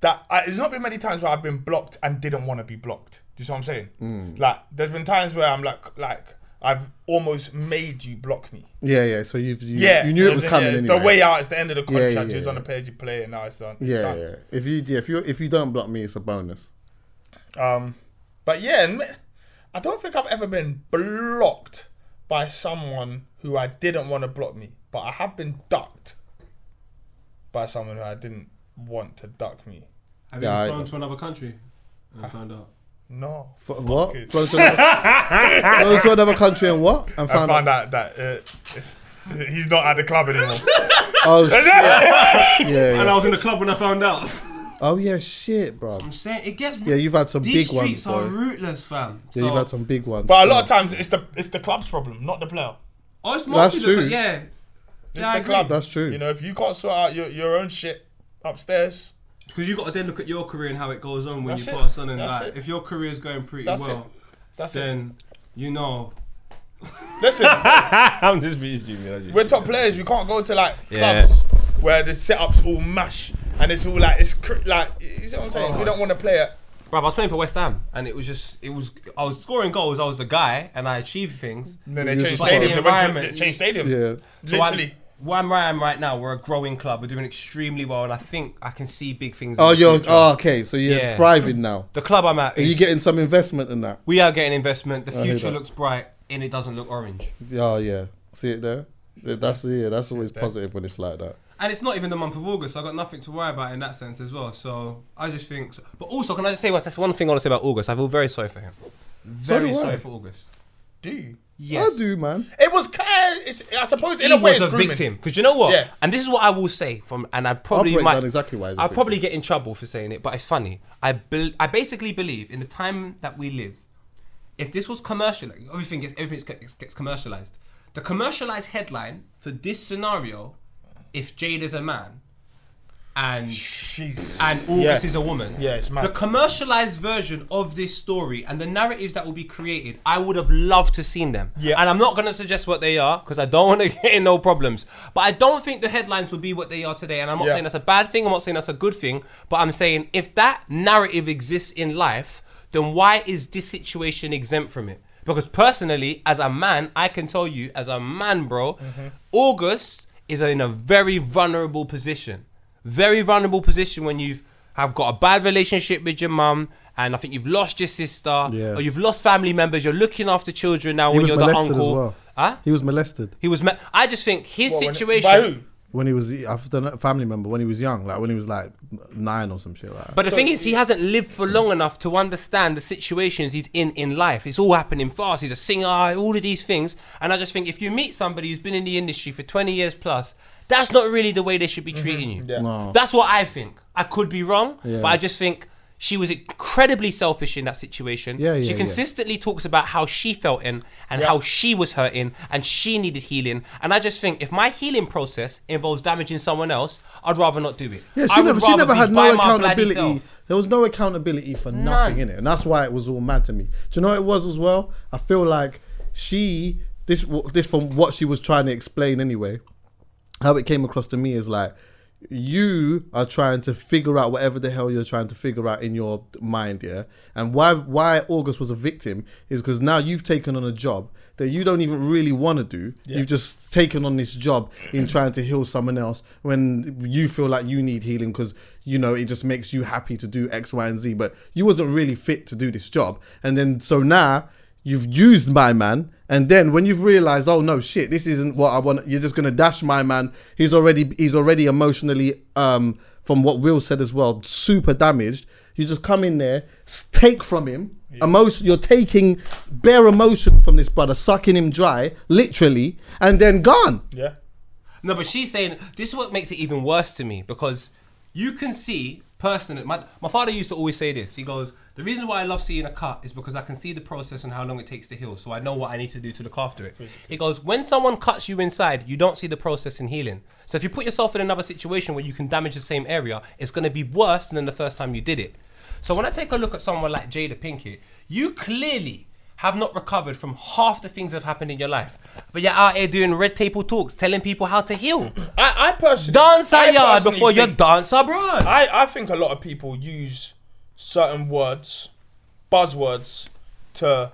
that I, there's not been many times where I've been blocked and didn't want to be blocked. Do you see what I'm saying? Like there's been times where I'm like like I've almost made you block me.
Yeah, yeah. So you've, you
Yeah,
you knew it was
as in,
coming.
yeah, It's
anyway.
the way out. It's the end of the
yeah,
contract.
yeah,
it's on
yeah.
the page you play, and now it's done. It's
Yeah,
done.
yeah. If you yeah, if you if you don't block me, it's a bonus.
Um, but yeah, and me- I don't think I've ever been blocked by someone who I didn't want to block me, but I have been ducked by someone who I didn't want to duck me.
have
Yeah, I-
you been flown to another country and found out?
No,
F- what?
it.
Flown to, another, flown to another country and what? And
I
found, out.
found out that uh, it's, he's not at the club anymore.
Oh shit! yeah,
And
yeah.
I was in the club when I found out.
Oh yeah, shit, bro.
I'm saying it gets.
Yeah, you've had some
these
big ones,
streets are
bro.
rootless, fam.
Yeah,
so,
you've had some big ones.
but a lot of times it's the it's the club's problem, not the player.
Oh, it's mostly
That's
the-
true.
yeah.
It's
Yeah, I
the
agree.
club.
That's true.
You know, if you can't sort out your, your own shit upstairs,
Because you got to then look at your career and how it goes on when
That's
you
it.
pass on, and
That's
like,
it.
if your career is going pretty
That's
well,
that's it.
then you know.
Listen,
I'm just being stupid.
We're top players. We can't go to like
Yeah.
clubs where the setups all mash and it's all like it's cr- like you know what I'm saying. We don't want to play it.
Bro, I was playing for West Ham, and it was just it was I was scoring goals. I was the guy, and I achieved things.
And then they
You
change
just follow.
stadium. They, went to,
Environment.
they change stadium.
Yeah.
So
Literally.
I'm, where I am right now, we're a growing club. We're doing extremely well, and I think I can see big things. in
Oh,
the
you're
future.
oh, okay. So you're
Yeah.
thriving now.
the club I'm at.
Are
Is,
you getting some investment in that?
we are getting investment. The
hear
future
that.
looks bright, and it doesn't look orange.
Oh yeah. See it there. Yeah, That's yeah. That's always positive when it's like that.
And it's not even the month of August, so I've got nothing to worry about in that sense as well. So I just think. So. But also, can I just say, well, that's one thing I want to say about August. I feel very sorry for him. Very
do I.
sorry for August.
Do you?
I do, man.
It was kind. Of, it's, I suppose
he
in a way
was
it's
a
grooming.
victim because you know what?
Yeah.
And this is what I will say from, and I probably
break
might
down exactly why he's a
I'll
victim.
probably get in trouble for saying it, but it's funny. I bel I basically believe in the time that we live. If this was commercial, like, everything gets everything gets, gets commercialized. The commercialized headline for this scenario, if Jade is a man, and
Jeez.
and August
Yeah.
is a woman.
Yeah, it's mad.
The commercialized version of this story and the narratives that will be created, I would have loved to seen them.
Yeah.
And I'm not going to suggest what they are because I don't want to get in no problems. But I don't think the headlines will be what they are today. And I'm not
Yeah.
saying that's a bad thing. I'm not saying that's a good thing. But I'm saying if that narrative exists in life, then why is this situation exempt from it? Because personally, as a man, I can tell you, as a man, bro,
Mm-hmm.
August is in a very vulnerable position very vulnerable position when you've have got a bad relationship with your mum and I think you've lost your sister
Yeah.
or you've lost family members. You're looking after children now when
was
you're the
molested as
uncle.
well.
Huh?
He was molested
He was. Me- I just think his
What, when-
situation.
By who?
when he was after a family member when he was young, like when he was like nine or some shit. Like that.
But the thing is, he hasn't lived for long enough to understand the situations he's in in life. It's all happening fast. He's a singer, all of these things. And I just think if you meet somebody who's been in the industry for 20 years plus, that's not really the way they should be treating you.
Yeah.
No.
That's what I think. I could be wrong,
Yeah.
but I just think she was incredibly selfish in that situation.
Yeah, yeah,
she
yeah.
consistently talks about how she felt in and how she was hurting and she needed healing. And I just think if my healing process involves damaging someone else, I'd rather not do it.
yeah,
I
she
would
never, she
rather
never
be
had
by
no
my bloody
accountability.
self.
There was no accountability for nothing in it, and that's why it was all mad to me. Do you know what it was as well? I feel like she this w- this from what she was trying to explain anyway. How it came across to me is like you are trying to figure out whatever the hell you're trying to figure out in your mind, yeah. And why why August was a victim is because now you've taken on a job that you don't even really want to do. You've just taken on this job in trying to heal someone else when you feel like you need healing because you know it just makes you happy to do X, Y, and Z. But you wasn't really fit to do this job, and then so now you've used my man and then when you've realized oh no shit this isn't what i want you're just going to dash my man he's already he's already emotionally um from what will said as well super damaged you just come in there s- take from him emotion you're taking bare emotion from this brother sucking him dry literally and then gone
Yeah.
No, but she's saying this is what makes it even worse to me because you can see personally. My, my father used to always say this. He goes, "The reason why I love seeing a cut is because I can see the process and how long it takes to heal, so I know what I need to do to look after it." He goes, "When someone cuts you inside, you don't see the process in healing. So if you put yourself in another situation where you can damage the same area, it's going to be worse than the first time you did it." So when I take a look at someone like Jada Pinkett, you clearly have not recovered from half the things that have happened in your life. But you're out here doing red table talks, telling people how to heal.
I, I personally
Dance
I
a yard
personally
before you
think-
dance abroad.
I, I think a lot of people use certain words, buzzwords, to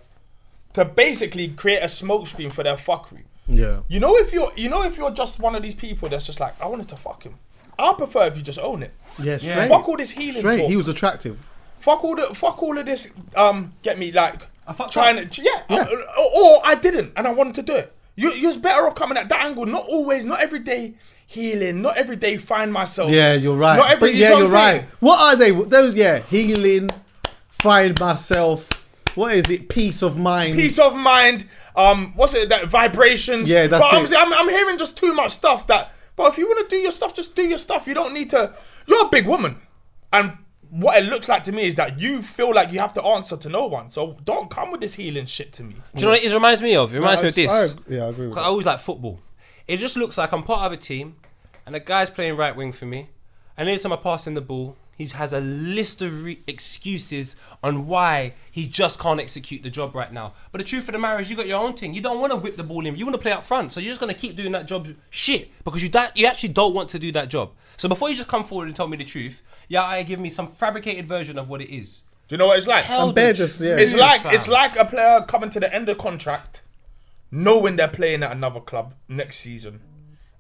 to basically create a smoke screen for their fuckery.
yeah
You know if you're you know if you're just one of these people that's just like, I wanted to fuck him. I prefer if you just own it.
yeah straight
Fuck all this healing
straight
talk.
he was attractive
fuck all the fuck all of this. Um, get me like
fucked
trying to yeah. I- or, or I didn't and I wanted to do it. You you was better off coming at that angle. Not always. Not every day healing. Not every day find myself.
yeah you're right
Not every
but
you see
yeah
what
you're
I'm saying?
right what are they those yeah healing find myself what is it peace of mind
peace of mind. Um, what's it? That vibrations.
Yeah, that's
but I'm,
it.
I'm, I'm hearing just too much stuff. That, but if you want to do your stuff, just do your stuff. You don't need to. You're a big woman, and what it looks like to me is that you feel like you have to answer to no one. So don't come with this healing shit to me.
Do you know what it reminds me of? It reminds me of this.
I- I- yeah, I agree with
'Cause I
that.
always like football. It just looks like I'm part of a team, and the guy's playing right wing for me. And every time I pass him the ball, he has a list of re- excuses on why he just can't execute the job right now. But the truth of the matter is, you got your own thing. You don't want to whip the ball in. You want to play up front, so you're just gonna keep doing that job shit because you don't- you actually don't want to do that job. So before you just come forward and tell me the truth, yeah, I give me some fabricated version of what it is.
Do you know what it's like?
Tell
And they're
the
just- yeah.
It's
truth,
like
fam.
it's like a player coming to the end of contract, knowing they're playing at another club next season,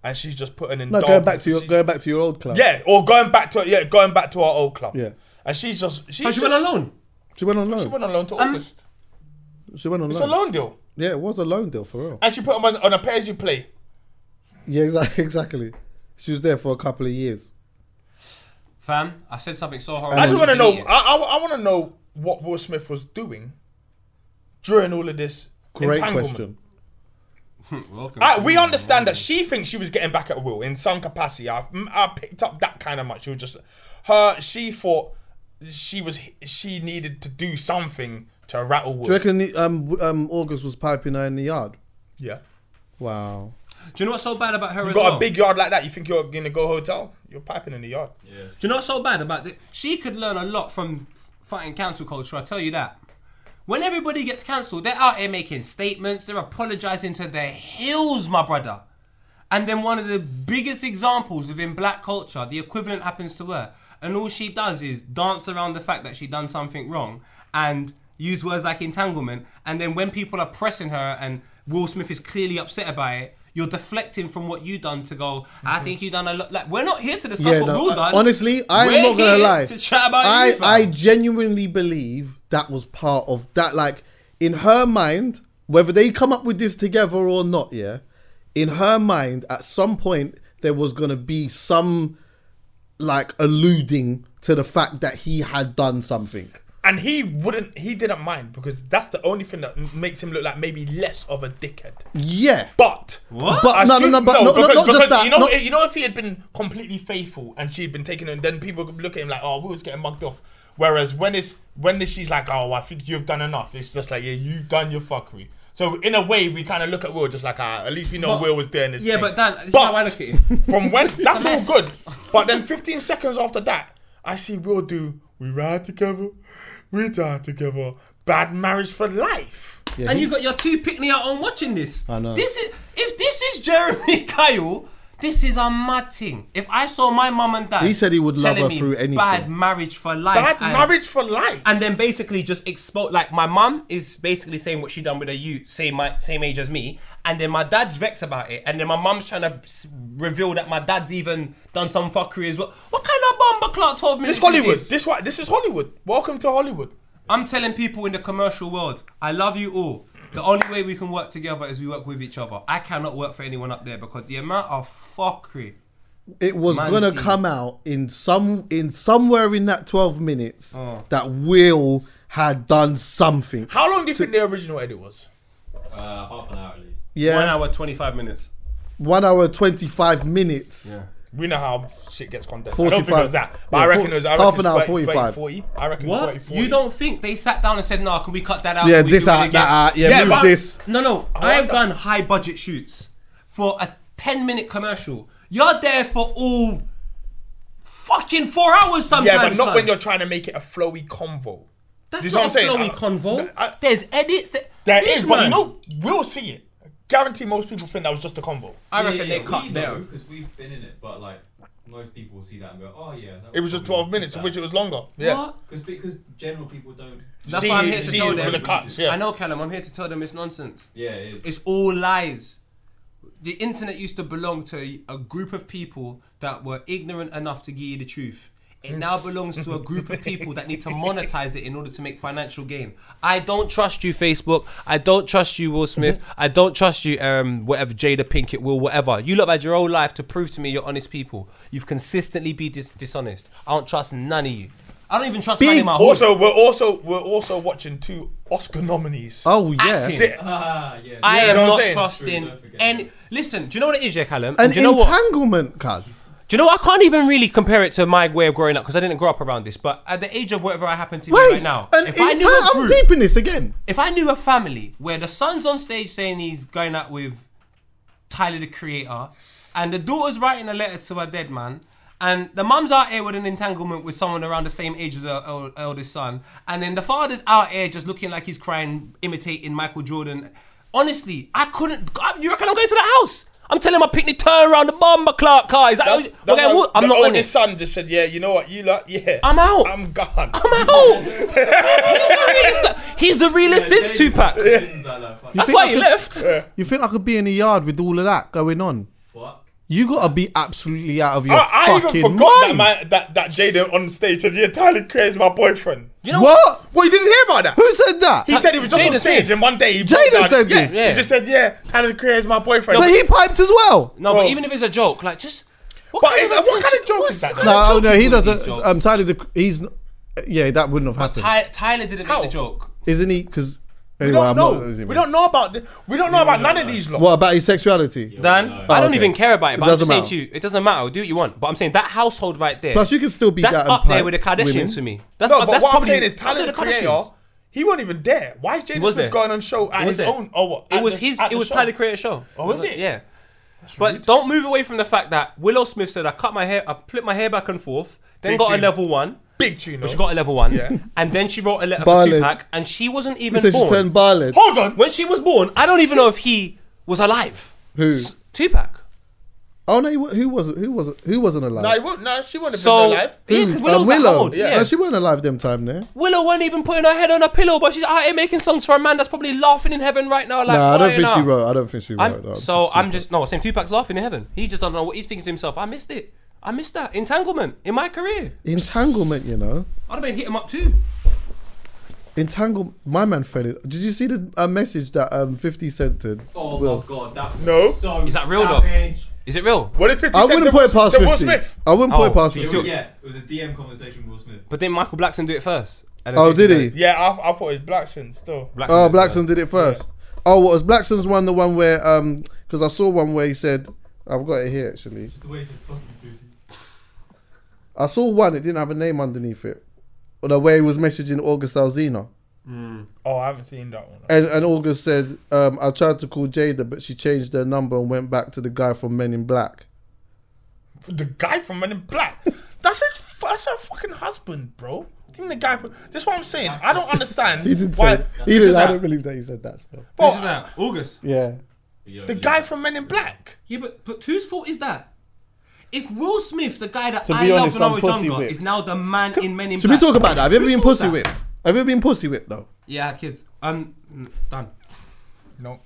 and she's just putting in.
No,
dog-
going back to your going back to your old club.
yeah, or going back to yeah, going back to our old club.
Yeah.
and she's just she's
But
just,
she went alone.
she went on loan.
She went on loan
Um,
to August.
on
It's a
loan.
loan deal.
Yeah, it was a loan deal for real.
And she put him on, on a pay as you play.
Yeah, exactly. Exactly. She was there for a couple of years.
Fam, I said something so horrible.
I just
you
want to know.
delete it.
I, I, want to know what Will Smith was doing during all of this.
Great
entanglement.
question.
Welcome.
I, we understand that she thinks she was getting back at Will in some capacity. I, mm, I picked up that kind of much. She was just her. She thought she was she needed to do something to rattle Will.
Do you reckon the, um, w- um, August was piping her in the yard?
yeah,
Wow.
Do you know what's so bad about her
you
as
got
well?
a big yard like that. You think you're gonna go hotel? You're piping in the yard.
Yeah.
Do you know what's so bad about it? She could learn a lot from fighting council culture, I tell you that. When everybody gets cancelled, they're out here making statements, they're apologising to their heels, my brother. And then one of the biggest examples within black culture, the equivalent happens to her. And all she does is dance around the fact that she done something wrong and use words like entanglement. And then when people are pressing her and Will Smith is clearly upset about it, you're deflecting from what you done to go, I think you done a lot. Like, we're not here to discuss
Yeah,
what
no,
Will
I-
done.
honestly, I'm
We're
not gonna
here
lie.
To chat about
I,
you, fam.
I genuinely believe that was part of that. Like, in her mind, whether they come up with this together or not, yeah, in her mind, at some point, there was going to be some, like, alluding to the fact that he had done something.
And he wouldn't. He didn't mind because that's the only thing that m- makes him look like maybe less of a dickhead.
Yeah.
But
What?
But no, no, no, but no, no,
because,
not just
because
that,
You know,
not-
you know, if he had been completely faithful and she'd been taken, and then people could look at him like, "Oh, we was getting mugged off." Whereas when it's when she's like, "Oh, I think you've done enough," it's just like, "Yeah, you've done your fuckery." So in a way, we kind of look at Will just like, ah, at least we know
But-
Will was doing this.
yeah,
thing."
but that, this
But-
is how I look at it.
from when that's all
mess.
good. But then 15 seconds after that, I see Will do we ride together, we die together, bad marriage for life.
Yeah,
and
he-
you got your two picnic out on watching this.
I know.
This is if this is Jeremy Kyle, this is a mad thing. If I saw my mum and dad,
He said he would love
telling
her
me
through anything.
Bad marriage for life.
Bad
and-
marriage for life.
and then basically just expose like my mum is basically saying what she done with a youth same my same age as me and then my dad's vexed about it and then my mum's trying to s- reveal that my dad's even done some fuckery as well what kind of bomber clock 12 minutes
this Hollywood.
is
This? what this is Hollywood. Welcome to Hollywood.
i'm telling people in the commercial world i love you all the only way we can work together is we work with each other i cannot work for anyone up there because the amount of fuckery
it was
Man
gonna
City.
come out in some in somewhere in that 12 minutes
Oh.
that Will had done something.
How long do you think the original edit was?
Uh, half an hour at least.
Yeah.
one hour 25 minutes
one hour 25 minutes.
We know how shit gets condensed. 45. I don't think it
45.
was that. But
Yeah,
I
four-
reckon it was I reckon
half an hour,
30,
45.
40. I reckon
What?
30, 40.
You don't think they sat down and said, "No, can we cut that out?"
Yeah,
Can we
this
do it
out,
again?"
that out, yeah, move
but-
this.
No, no.
I
I've
wonder-
done high budget shoots for a ten-minute commercial. You're there for all fucking four hours sometimes.
Yeah, but not when
guys.
you're trying to make it a flowy convo.
That's
This is
not
what I'm
a flowy
saying. I-
convo.
I-
There's edits. That,
There
Big
is, but you
man.
know, we'll see it. Guarantee most people think that was just a convo.
I reckon they
we
cut there.
because we've been in it, but like most people will see that and go, "Oh yeah." That
It was just 12 minutes, which it was longer. Yeah.
What?
Because because general people don't.
That's
See-
why I'm here to
see
tell
it with
them.
the cuts, yeah.
I know, Callum. I'm here to tell them it's nonsense.
Yeah, it is.
It's all lies. The internet used to belong to a- a group of people that were ignorant enough to give you the truth.
Mm.
It now belongs to a group of people that need to monetize it in order to make financial gain. I don't trust you, Facebook. I don't trust you, Will Smith.
Mm-hmm.
I don't trust you, um, whatever Jada Pinkett, Will, whatever. You lot had your whole life to prove to me you're honest people. You've consistently been dis- dishonest. I don't trust none of you. I don't even trust none
Big
of my whole
Also, we're also we're also watching two Oscar nominees.
Oh yeah.
Acting.
Sit.
ah yeah.
I
You
am
know what I'm
not
saying?
trusting
True, don't forget
any.
that.
Listen, do you know what it is, yeah, Callum?
An
And do you know what?
entanglement, cuz.
Do you know what? I can't even really compare it to my way of growing up because I didn't grow up around this. But at the age of whatever I happen to be
Wait,
right now,
an
I
entang- I'm
group-
deep in this again.
if I knew a family where the son's on stage saying he's going out with Tyler the Creator, and the daughter's writing a letter to her dead man, and the mum's out here with an entanglement with someone around the same age as her el- eldest son, and then the father's out here just looking like he's crying, imitating Michael Jordan. Honestly, I couldn't. God, You reckon I'm going to that house? I'm telling my picnic turn around the bomber Clark car. Is that?
That's-
we're
that's
going,
why
what? I'm
the
not on
oldest
it.
son just said, "Yeah, you know what, you lot, yeah,
I'm out.
I'm gone."
I'm out. he's the realest. He's the realest since
Jay-
Tupac.
Jason's like that, fuck.
That's
think
why
I
he
could-
left.
You think I could be in the yard with all of that going on?
Fuck.
You gotta be absolutely out of your
I, I
fucking
even forgot that,
mind.
my, that that Jaden on stage said, "Yeah, Tyler Craig's my boyfriend."
You know
What?
Well, you didn't hear about that.
Who said that?
He said he was just on
Jaden
stage,
said-
and one day he
Jaden
broke down-
said
yeah,
this?
Yeah.
He just said, "Yeah, Tyler Craig's my boyfriend."
so he piped as well.
No,
Well-
but even if it's a joke, like just what
But
kind
if-
of
what kind
attention-
of joke
what
is that,
kind
though?
of
No,
joke
no,
is
he
with these
doesn't.
jokes?
Um, Tyler, the, he's yeah, that wouldn't have happened,
Ty- Tyler didn't
How?
make the joke.
isn't he? Because
We
Anyway,
don't
I'm
know.
not- anyway.
we don't know about. The, we don't know about none of these laws.
What about his sexuality?
Dan,
no.
I don't
okay.
even care about
It
it. But I'm
doesn't
just saying
matter.
to you, it doesn't matter. Do what you want. But I'm saying that household right there.
Plus, you can still be
that's
that and
up there
pipe
with the
women.
Kardashians to me. That's
No,
up-
but
that's
what
probably
I'm saying is,
under
talent
the
creator.
Kardashians.
He wasn't even there. Why is Jaden
was
Smith
there.
going on show at
He was
his
there.
own? Oh, what?
It
at
was
the-
his.
at
It
the
was
show?
Tyler Creator show.
Oh, was it?
Yeah. But don't move away from the fact that Willow Smith said I cut my hair, I flipped my hair back and forth, then
Big
got
tune.
a level one,
Big tune.
she
though.
got a level one,
Yeah.
and then she wrote a letter
Barley.
for Tupac, and she wasn't even
Says she's
born.
turned violet.
Hold on.
when she was born, I don't even know if he was alive.
Who?
Tupac.
Oh no, he wa- who wasn't? Who wasn't? Who wasn't alive?
No, he won't. No, she wouldn't have
So
been alive.
Who?
yeah, 'cause Willow's
Uh,
that
Willow.
old, Yeah. Uh,
No, she wasn't alive them time there.
Willow weren't even putting her head on a pillow, but she's out here making songs for a man that's probably laughing in heaven right now. Like,
nah, I don't think she
"Why not?"
wrote. I don't think she wrote.
I'm-
that.
so I'm just no saying Tupac's laughing in heaven. He just don't know what he thinks to himself. I missed it. I missed that entanglement in my career.
entanglement, you know.
I'd have been hit him up too.
Entangle. My man fell. in- Did you see the uh, message that um Fifty sent to?
Oh
Will?
my god, that was
No.
so
Is that real though?
savage.
Is it real?
What if 50
I
Cent
wouldn't
to
put it
Will-
past
to Will
Fifty.
Smith?
I wouldn't
Oh,
put it past
so
Fifty.
you're-
Yeah, it was a DM conversation with Will Smith.
But then Michael Blackson do it first. And then
Oh,
Fifty
did
done
he?
it.
Yeah, I, I thought it was Blackson still.
Blackson
Oh,
did it
Blackson did it first. Oh, what was Blackson's one? The one where um, because I saw one where he said, I've got it here actually.
Just the way he said fucking booty.
I saw one. It didn't have a name underneath it. Or The way he was messaging August Alzina.
Oh, I haven't seen that one.
And, and August said, um, I tried to call Jada, but she changed her number and went back to the guy from Men in Black.
The guy from Men in Black. That's his. fu- That's her fucking husband, bro. I think the guy from. That's what I'm saying. I don't understand.
He didn't
why.
say. He didn't. I
that.
don't believe that he said that stuff.
Bro,
Who's that? August.
Yeah.
You don't
the
believe
guy
it.
from Men in Black.
Yeah, but but whose fault is that? If Will Smith, the guy that
To
I
be
love
honest,
when I was
I'm pussy
younger,
whipped.
is now the man in Men in
Should
Black.
we talk about that? Have you ever
Who
been
thought
pussy
that?
whipped? Have you ever been pussy whipped though?
Yeah, I had kids. Um, mm, done.
No.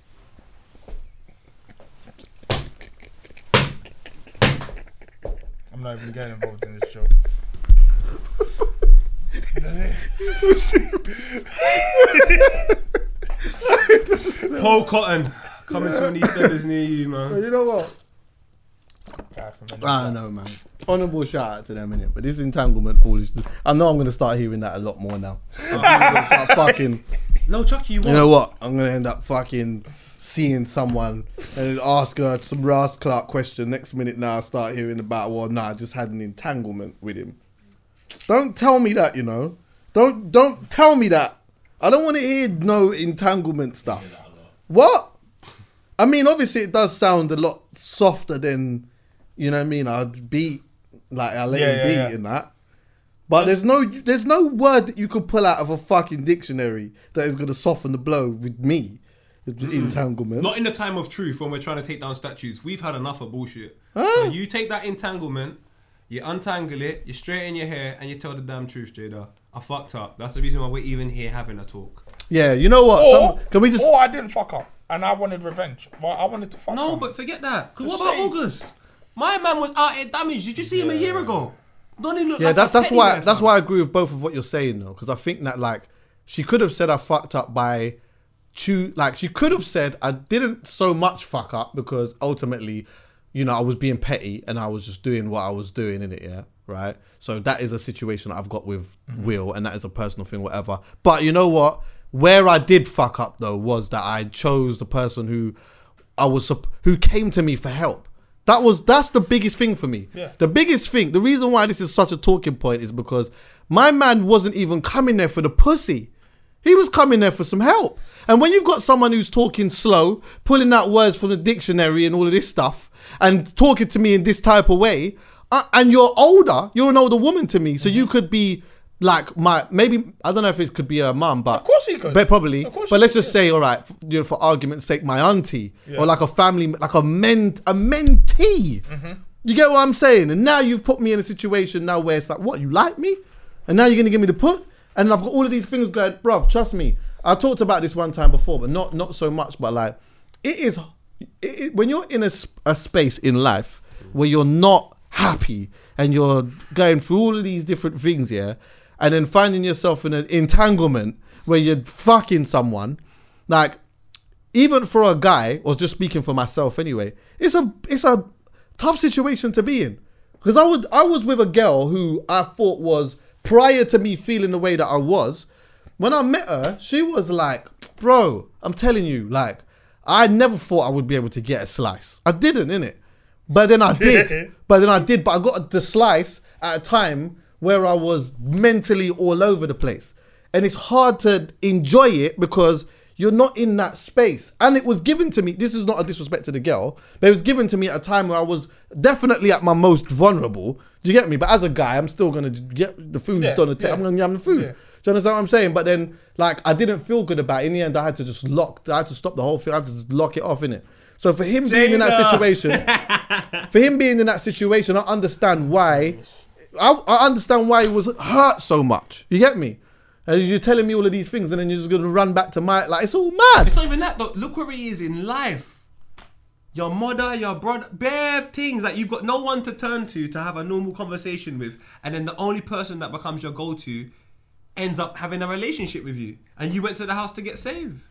I'm not even getting involved in this joke.
Paul Cotton coming to an EastEnders near you, man.
You know what?
Guy from Men in
Ah, I don't know, man. Honorable shout out to them innit? but this entanglement foolishness. I know I'm gonna start hearing that a lot more now. I'm gonna start fucking.
No, Chucky, you
You
won't.
know what? I'm gonna end up fucking seeing someone and ask her some Ras Clark question. Next minute, now I start hearing about well, nah, I just had an entanglement with him. Don't tell me that, you know. Don't don't tell me that. I don't want to hear no entanglement stuff. What? I mean, obviously, it does sound a lot softer than you know. what I mean, I'd beat like I let
Yeah,
him
yeah,
beat
yeah.
and that. But there's no there's no word that you could pull out of a fucking dictionary that is gonna soften the blow with me. Entanglement.
Not in the time of truth when we're trying to take down statues. We've had enough of bullshit. So you take that entanglement, you untangle it, you straighten your hair, and you tell the damn truth, Jada. I fucked up. That's the reason why we're even here having a talk.
yeah, you know what?
Or,
Some, can we just?
or I didn't fuck up and I wanted revenge. Well, I wanted to fuck
No,
someone.
but forget that. 'Cause what
Just
about
say-
August? My man was out here damaged. Did you see him a year ago? Don't he look
Yeah,
like
that,
a
that's
teddy
why.
bear,
That's
fam?
why I agree with both of what you're saying though, because I think that like she could have said I fucked up by, choo- like she could have said I didn't so much fuck up because ultimately, you know, I was being petty and I was just doing what I was doing in it. Yeah, right. So that is a situation that I've got with
Mm-hmm.
Will, and that is a personal thing, whatever. But you know what? Where I did fuck up though was that I chose the person who I was sup- who came to me for help. That was that's the biggest thing for me.
Yeah.
The biggest thing, the reason why this is such a talking point is because my man wasn't even coming there for the pussy. He was coming there for some help. And when you've got someone who's talking slow, pulling out words from the dictionary and all of this stuff, and talking to me in this type of way, uh, and you're older, you're an older woman to me, so you could be like my maybe I don't know if it could be her mum, but
Of course he could.
but probably.
Of course
But
he
let's
could,
just say, all right, f- you know, for argument's sake, my auntie or like a family, like a men, a mentee. You get what I'm saying? And now you've put me in a situation now where it's like, what you like me, and now you're gonna give me the put, and I've got all of these things going, bruv. Trust me, I talked about this one time before, but not not so much. But like, it is it, it- when you're in a, sp- a space in life where you're not happy and you're going through all of these different things, yeah, and then finding yourself in an entanglement where you're fucking someone, like even for a guy, or just speaking for myself anyway, it's a it's a tough situation to be in. Because I would I was with a girl who I thought was prior to me feeling the way that I was, when I met her, she was like, bro, I'm telling you, like, I never thought I would be able to get a slice. I didn't, innit? But then I did. but then I did. But I got the slice at a time where I was mentally all over the place. And it's hard to enjoy it because you're not in that space. And it was given to me. This is not a disrespect to the girl, but it was given to me at a time where I was definitely at my most vulnerable. Do you get me? But as a guy, I'm still gonna get the food.
Yeah,
still on the ta-
yeah.
I'm gonna yam the food.
Yeah.
Do you understand what I'm saying? But then, like, I didn't feel good about it. In the end, I had to just lock, I had to stop the whole thing. I had to just lock it off, innit? So for him being in that situation, for him being in that situation, I understand why. I, I understand why he was hurt so much. You get me? And you're telling me all of these things, and then you're just gonna run back to my like it's all mad.
It's not even that though. Look where he is in life. Your mother, your brother, bare things that you've got no one to turn to to have a normal conversation with, and then the only person that becomes your go-to ends up having a relationship with you, and you went to the house to get saved.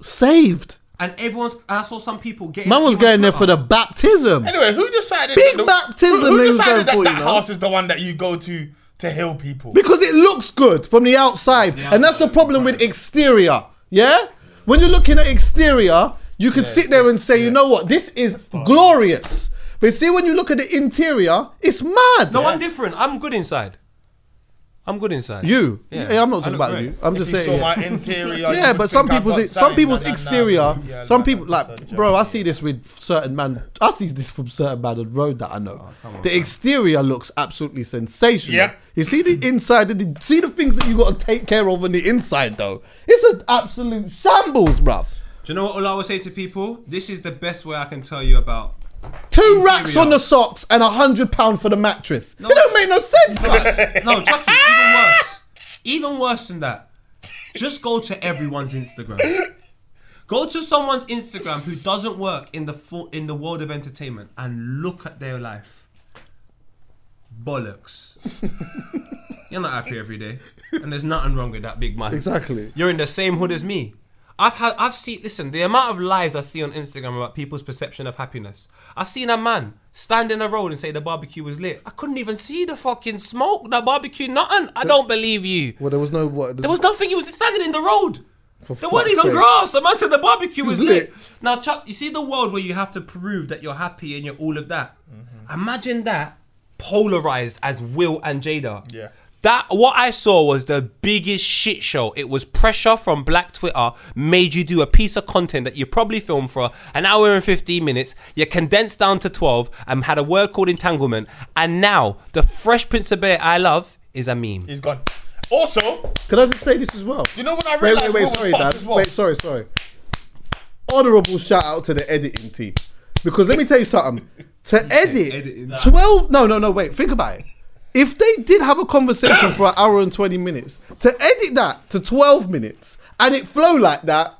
Saved.
And everyone's, I saw some people getting.
Man was
everyone's
going there for the
brother.
baptism.
Anyway, who decided?
Big
that the-
baptism
Who,
they
who
was
decided that
going for,
that
you know?
house is the one that you go to to heal people?
Because it looks good from the outside. And that's the problem with exterior. Yeah? When you're looking at exterior, you can sit there and say, you know what, this is glorious. But see, when you look at the interior, it's mad.
No, I'm different. I'm good inside. I'm good inside.
You.
Yeah.
Yeah, I'm not
I
talking
look
about
great.
you. I'm
If
just
you
saying.
saw
yeah.
my interior, you
Yeah,
would
but
think
some
I've
people's
got
some
something.
people's
Nah, nah, nah,
exterior,
nah, nah,
some
nah,
people
nah, nah,
like
nah,
bro.
nah,
I
nah.
see this with certain man. I see this from certain man on the road Oh, that I know. the exterior looks absolutely sensational.
Yeah.
You see the inside, and the, see the things that you got to take care of on the inside though. It's an absolute shambles, bruv.
Do you know what all I would say to people? This is the best way I can tell you about.
Two racks
Interior.
on the socks and a hundred pound for the mattress. it don't make no sense. bruv.
No, Chucky, even worse. Even worse than that. Just go to everyone's Instagram. Go to someone's Instagram who doesn't work in the fo- in the world of entertainment and look at their life. Bollocks. You're not happy every day, and there's nothing wrong with that, big man.
exactly.
You're in the same hood as me. I've had, I've seen, listen, the amount of lies I see on Instagram about people's perception of happiness. I've seen a man stand in a road and say the barbecue was lit. I couldn't even see the fucking smoke, the barbecue, nothing. I don't believe you.
Well, there was no what.
There was nothing, he was standing in the road.
For
There weren't
fuck's
even
sake.
grass. The man said the barbecue was
was
lit.
lit.
Now, Chuck, you see the world where you have to prove that you're happy and you're all of that.
Mm-hmm.
Imagine that polarized as Will and Jada.
Yeah.
That what I saw was the biggest shit show. It was pressure from Black Twitter made you do a piece of content that you probably filmed for an hour and 15 minutes. You condensed down to 12 and had a word called entanglement. And now the Fresh Prince of Bear I love is a meme.
He's gone. Also,
Can I just say this as well?
Do you know what I
wait,
realized?
wait, wait, sorry, Dad.
As well?
Wait, sorry, sorry. Honorable shout out to the editing team. Because let me tell you something. To edit 12, no, no, no, wait, think about it. If they did have a conversation for an hour and 20 minutes, to edit that to 12 minutes and it flow like that,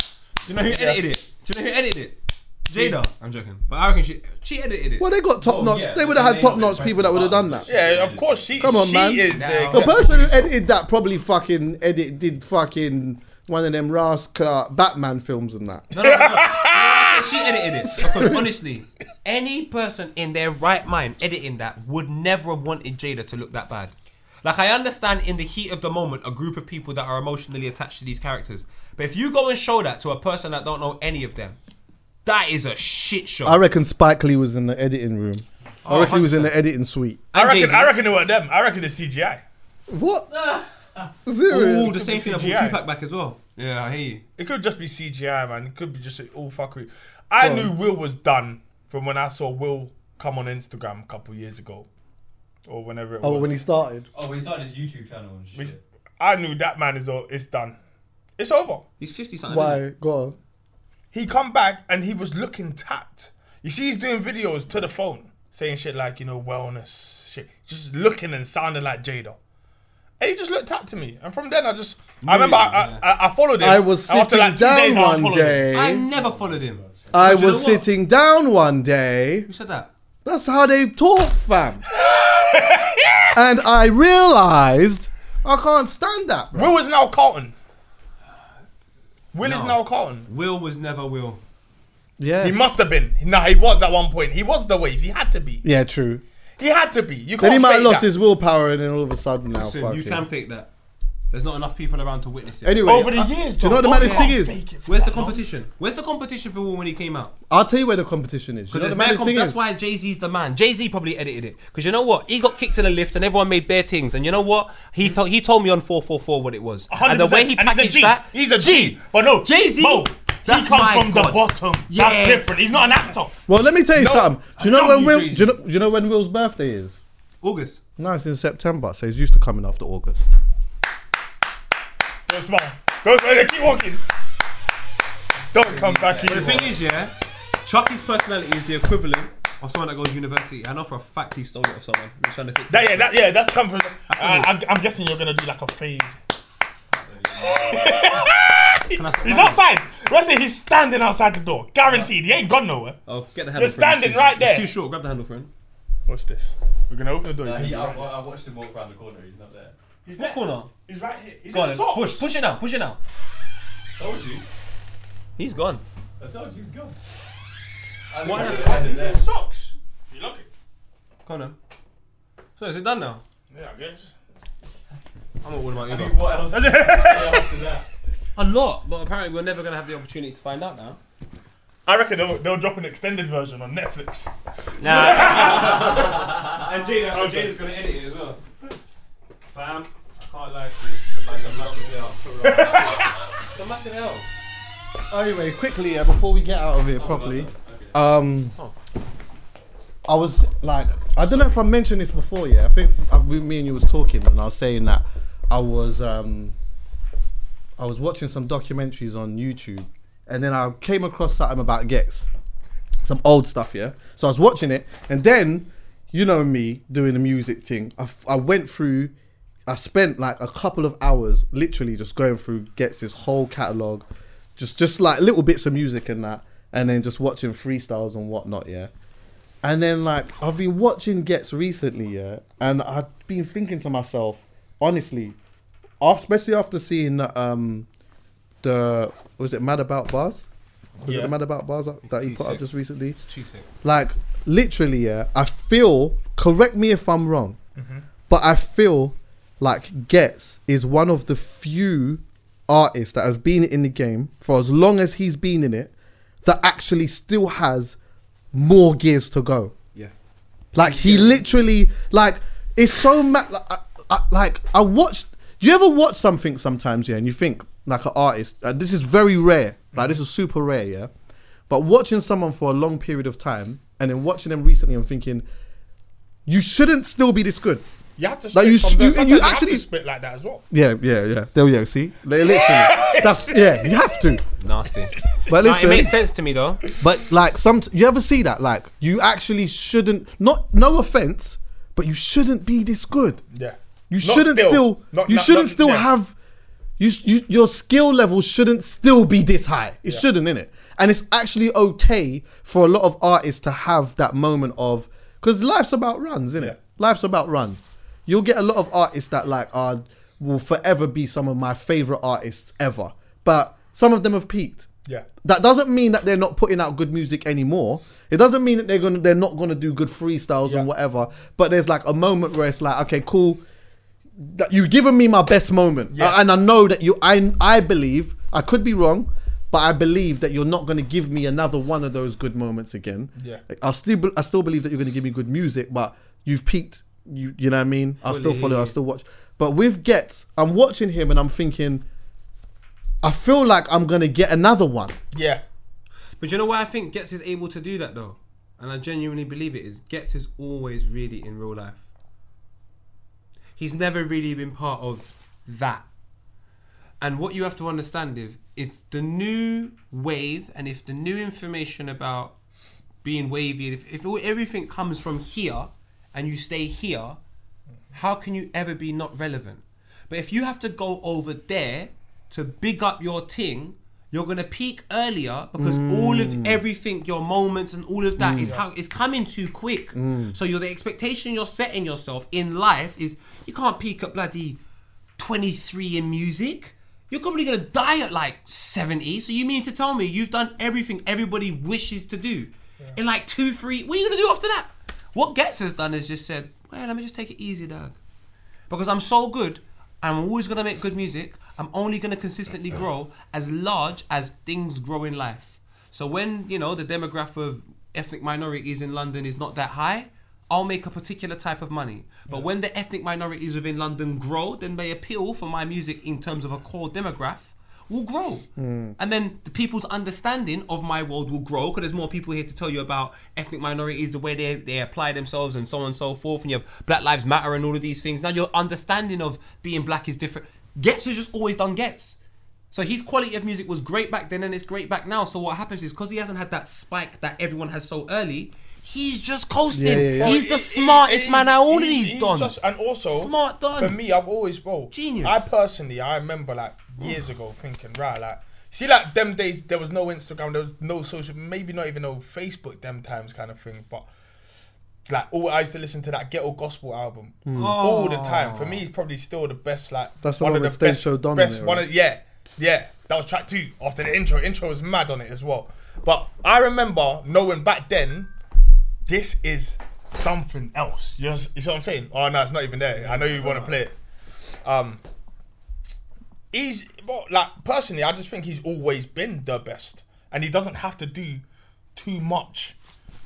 Do you know who edited it? Do you know who edited it? Jada. I'm joking, but I reckon she she edited it.
well, they got top
Oh,
notch.
yeah,
they
but
would have
they
had
may not
top
be
notch
pressed
people that would have done
button.
that.
Yeah, of course she.
Come on,
she
man.
is the.
Now-
The
exec-
person who edited that probably fucking edit did fucking one of them rascal Batman films and that.
No, no, no, no. she edited it. Because honestly, any person in their right mind editing that would never have wanted Jada to look that bad. Like I understand in the heat of the moment, a group of people that are emotionally attached to these characters. But if you go and show that to a person that don't know any of them, that is a shit show.
I reckon Spike Lee was in the editing room. I
Oh,
reckon he was in the editing suite.
I reckon.
Jay-Z.
I reckon it were them. I reckon it's CGI.
What?
Ooh,
Zero.
the same thing. I brought
CGI.
Tupac back as well. Yeah, I hear you.
It could just be CGI, man. It could be just all fuckery. I knew Will was done from when I saw Will come on Instagram a couple years ago, or whenever it
Oh,
was.
when he started.
Oh, when he started his YouTube channel and shit.
I knew that man is all. It's done. It's over.
He's fifty something. isn't
Why? Go on.
He come back and he was looking tapped. You see, he's doing videos to the phone, saying shit like you know wellness shit, just looking and sounding like Jada. And he just looked tapped to me, and from then I just. I remember I, I, I, I followed him.
I was
and after,
sitting
like, two days,
down
I
one
unfollowed him.
he? I
day.
never followed him.
I
Do you
was
know what?
sitting down one day.
Who said that?
That's how they talk, fam. and I realized I can't stand that, bro.
Will is now Carlton. Will is
No.
now Carlton.
Will was never Will.
He
Yeah.
must have been. Nah, he was at one point. He was the wave. He had to be.
Yeah, true.
He had to be. You
Then
can't
he might have
fake
lost
that.
his willpower and then all of a sudden now,
Listen,
Oh, fuck
you
it.
can fake that. There's not enough people around to witness it.
Anyway,
Over the
I-
years,
do you know what the
John,
maddest
Bobby
thing
can't
is?
fake it for
Where's the
that long.
competition? Where's the competition for War when he came out?
I'll tell you where the competition is. Do You know what the
Because there's bare
maddest
com-
thing
that's
is?
why Jay Z's the man. Jay Z probably edited it. Because you know what? He got kicked in the lift and everyone made bare things. And you know what? He felt he told me on 444 what it was.
100%.
And the way he
And he's a
packaged
G.
that.
He's a G. But no,
Jay-Z,
Mo,
that's
he comes
my
from
God.
the bottom.
Yeah.
That's different. He's not an actor.
Well, let me tell you
No,
something. Do you
I
know
love
when
you,
Will? Do
Jay-Z.
you know, do you know when Will's birthday is?
August.
No, it's in September, so he's used to coming after August.
Don't smile. Don't uh, keep walking. Don't come back
But
here.
the thing is, yeah, Chucky's personality is the equivalent of someone that goes to university. I know for a fact he stole it of someone. I'm trying to think.
that, yeah, that, yeah, that's come from. Uh,
it is.
I'm, I'm guessing you're gonna do like a fade.
Can I stop
He's
now?
outside. Let's say he's standing outside the door. Guaranteed. He ain't gone nowhere.
Oh, get the handle. friend.
You're
It's
standing
too-
right
it's
there.
Too short. Grab the handle, friend.
What's this? We're gonna open the door.
Uh,
he's
he, I,
gonna-
I I watched him walk around the corner. He's not there.
He's
What
there.
corner?
He's right here. He's
Go
in
on,
the
then.
sock.
push, push it now, push it now.
Told you.
He's gone.
I told you he's gone.
What?
happened
He's in socks. You look it.
Come on. then. So is it done now?
Yeah, I guess.
I'm not worried about Uber.
What else? what else is that?
A lot, but apparently we're never gonna have the opportunity to find out now.
I reckon they'll, they'll drop an extended version on Netflix.
Nah.
And Jada, oh, Jada's gonna edit it as well. Fam, I can't lie to you. The man's a massive help. It's a massive help.
Anyway, quickly, uh, before we get out of here properly, um, I was like, I don't know if I mentioned this before. Yeah, I think uh, we, me and you was talking, and I was saying that I was, um, I was watching some documentaries on YouTube, and then I came across something about Gex, some old stuff. Yeah, so I was watching it, and then, you know me doing the music thing. I, f- I went through. I spent like a couple of hours literally just going through Gex's whole catalog, just just like little bits of music and that, and then just watching freestyles and whatnot, yeah. And then like I've been watching Gets recently, yeah, and I've been thinking to myself, honestly, af- especially after seeing um the was it Mad About Bars, was it
Yeah.
the Mad About Bars up, that he put up
T6.
just recently?
Too sick.
Like literally, yeah. I feel. Correct me if I'm wrong, but I feel like Gets is one of the few artists that has been in the game for as long as he's been in it that actually still has more gears to go.
Yeah.
Like he literally, like it's so mad. Like I, I, like I watched. Do you ever watch something sometimes, yeah, and you think like an artist? Uh, this is very rare. Like this is super rare, yeah. But watching someone for a long period of time and then watching them recently, I'm thinking, you shouldn't still be this good.
You have to spit
Like, you
from
sh-
there.
you-
Sometimes
you
you have
actually-
to spit like that as well.
Yeah, yeah, yeah. There we go. See, Li- literally, that's yeah. You have to.
Nasty.
But
Nah, it
listen,
makes sense to me though.
But like some, you ever see that? Like you actually shouldn't. Not no offense, but you shouldn't be this good.
Yeah.
You shouldn't still.
not-
you
not-
shouldn't
not-
still
yeah.
have. You, sh- you your skill level shouldn't still be this high. It shouldn't, innit? And it's actually okay for a lot of artists to have that moment of because life's about runs, innit?
Yeah.
Life's about runs. You'll get a lot of artists that like are will forever be some of my favorite artists ever, but some of them have peaked.
Yeah.
That doesn't mean that they're not putting out good music anymore. It doesn't mean that they're gonna they're not gonna do good freestyles
Yeah.
and whatever. But there's like a moment where it's like, okay, cool. That you've given me my best moment,
Yeah.
Uh, and I know that you. I I believe I could be wrong, but I believe that you're not gonna give me another one of those good moments again.
Yeah.
I still be- I still believe that you're gonna give me good music, but you've peaked. You you know what I mean? I'll still follow. I'll still watch. But with Get, I'm watching him and I'm thinking. I feel like I'm gonna get another one.
Yeah.
But you know why I think Gets is able to do that though? And I genuinely believe it is Gets is always really in real life. He's never really been part of that. And what you have to understand is if the new wave and if the new information about being wavy, if, if all, everything comes from here and you stay here, how can you ever be not relevant? But if you have to go over there to big up your thing, you're gonna peak earlier because all of everything, your moments and all of that is how is coming too quick. So you're the expectation you're setting yourself in life is you can't peak at bloody 23 in music. You're probably gonna die at like 70. So you mean to tell me you've done everything everybody wishes to do in like two, three? What are you gonna do after that? What Gets has done is just said, well, let me just take it easy, dog, because I'm so good. and I'm always gonna make good music. I'm only gonna consistently grow as large as things grow in life. So when you know the demographic of ethnic minorities in London is not that high, I'll make a particular type of money. But when the ethnic minorities within London grow, then they appeal for my music in terms of a core demographic will grow. And then the people's understanding of my world will grow because there's more people here to tell you about ethnic minorities, the way they, they apply themselves, and so on and so forth. And you have Black Lives Matter and all of these things. Now your understanding of being black is different. Gets has just always done gets. So his quality of music was great back then and it's great back now. So what happens is because he hasn't had that spike that everyone has so early, he's just coasting.
Yeah, yeah, yeah.
He's the
It- it-
smartest
it-
man out of all of
he's-
these
he's
dons.
just- and also,
Smart don.
For me, I've always bro.
Genius.
I personally, I remember like years ago thinking, right, like. See, like them days, there was no Instagram, there was no social, maybe not even no Facebook, them times kind of thing. But like, all I used to listen to that ghetto gospel album all the time. For me, it's probably still the best. Like
Hmm. That's the one with Stage Show Don in it,
one
right?
of, yeah, yeah. That was track two after the intro. Intro was mad on it as well. But I remember knowing back then this is something else. You know, you see what I'm saying? Oh no, it's not even there. I know you want to play it. Um, he's well, like personally, I just think he's always been the best, and he doesn't have to do too much.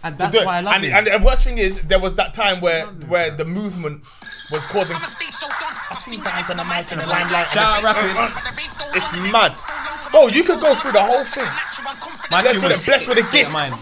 and
to
that's
do it.
why I love
and,
him.
and the worst thing is, there was that time where where the movement was causing.
Shout out rapping.
It's mad. Oh, you could go through the whole thing.
My
Blessed
tune
with a-
was
blessed with a
State of
gift.
Mind.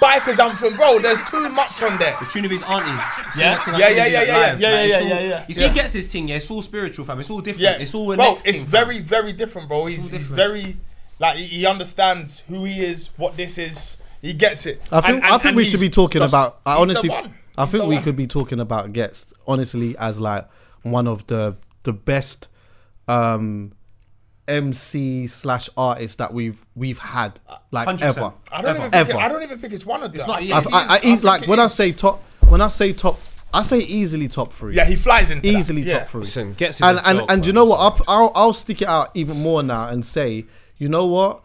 Bikers anthem, bro. There's too much on there.
The tune of his auntie. Sing
Yeah?
that- sing that song
Yeah, yeah,
and do
yeah,
that
yeah,
live,
yeah,
man.
yeah,
It's
yeah,
all-
yeah, yeah.
You
Yeah.
see, he gets his thing. Yeah, it's all spiritual, fam. It's all different.
Yeah,
It's all a
bro.
next
it's
thing, fam.
very, very different, bro. He's, he's
different.
very like he, he understands who he is, what this is. He gets it.
I think
And- and-
I think
and
we
he's
should be talking
just-
about. I
he's the
honestly,
one.
I
He's
think
the
we
one.
could be talking about Gets honestly as like one of the the best um MC slash artists that we've we've had like
100%.
ever.
I
ever,
don't even think.
ever.
It, I don't even think it's one of them.
not
I
yet.
think
I've-
it
I, I,
is.
eas-
think
like
it
when I
is.
say top, when I say top, I say easily top three.
yeah, he flies into that.
easily
Yeah.
top three.
Listen, Getz is
and
a
and
joke,
and you
man.
know what? I'll, I'll I'll stick it out even more now and say, you know what?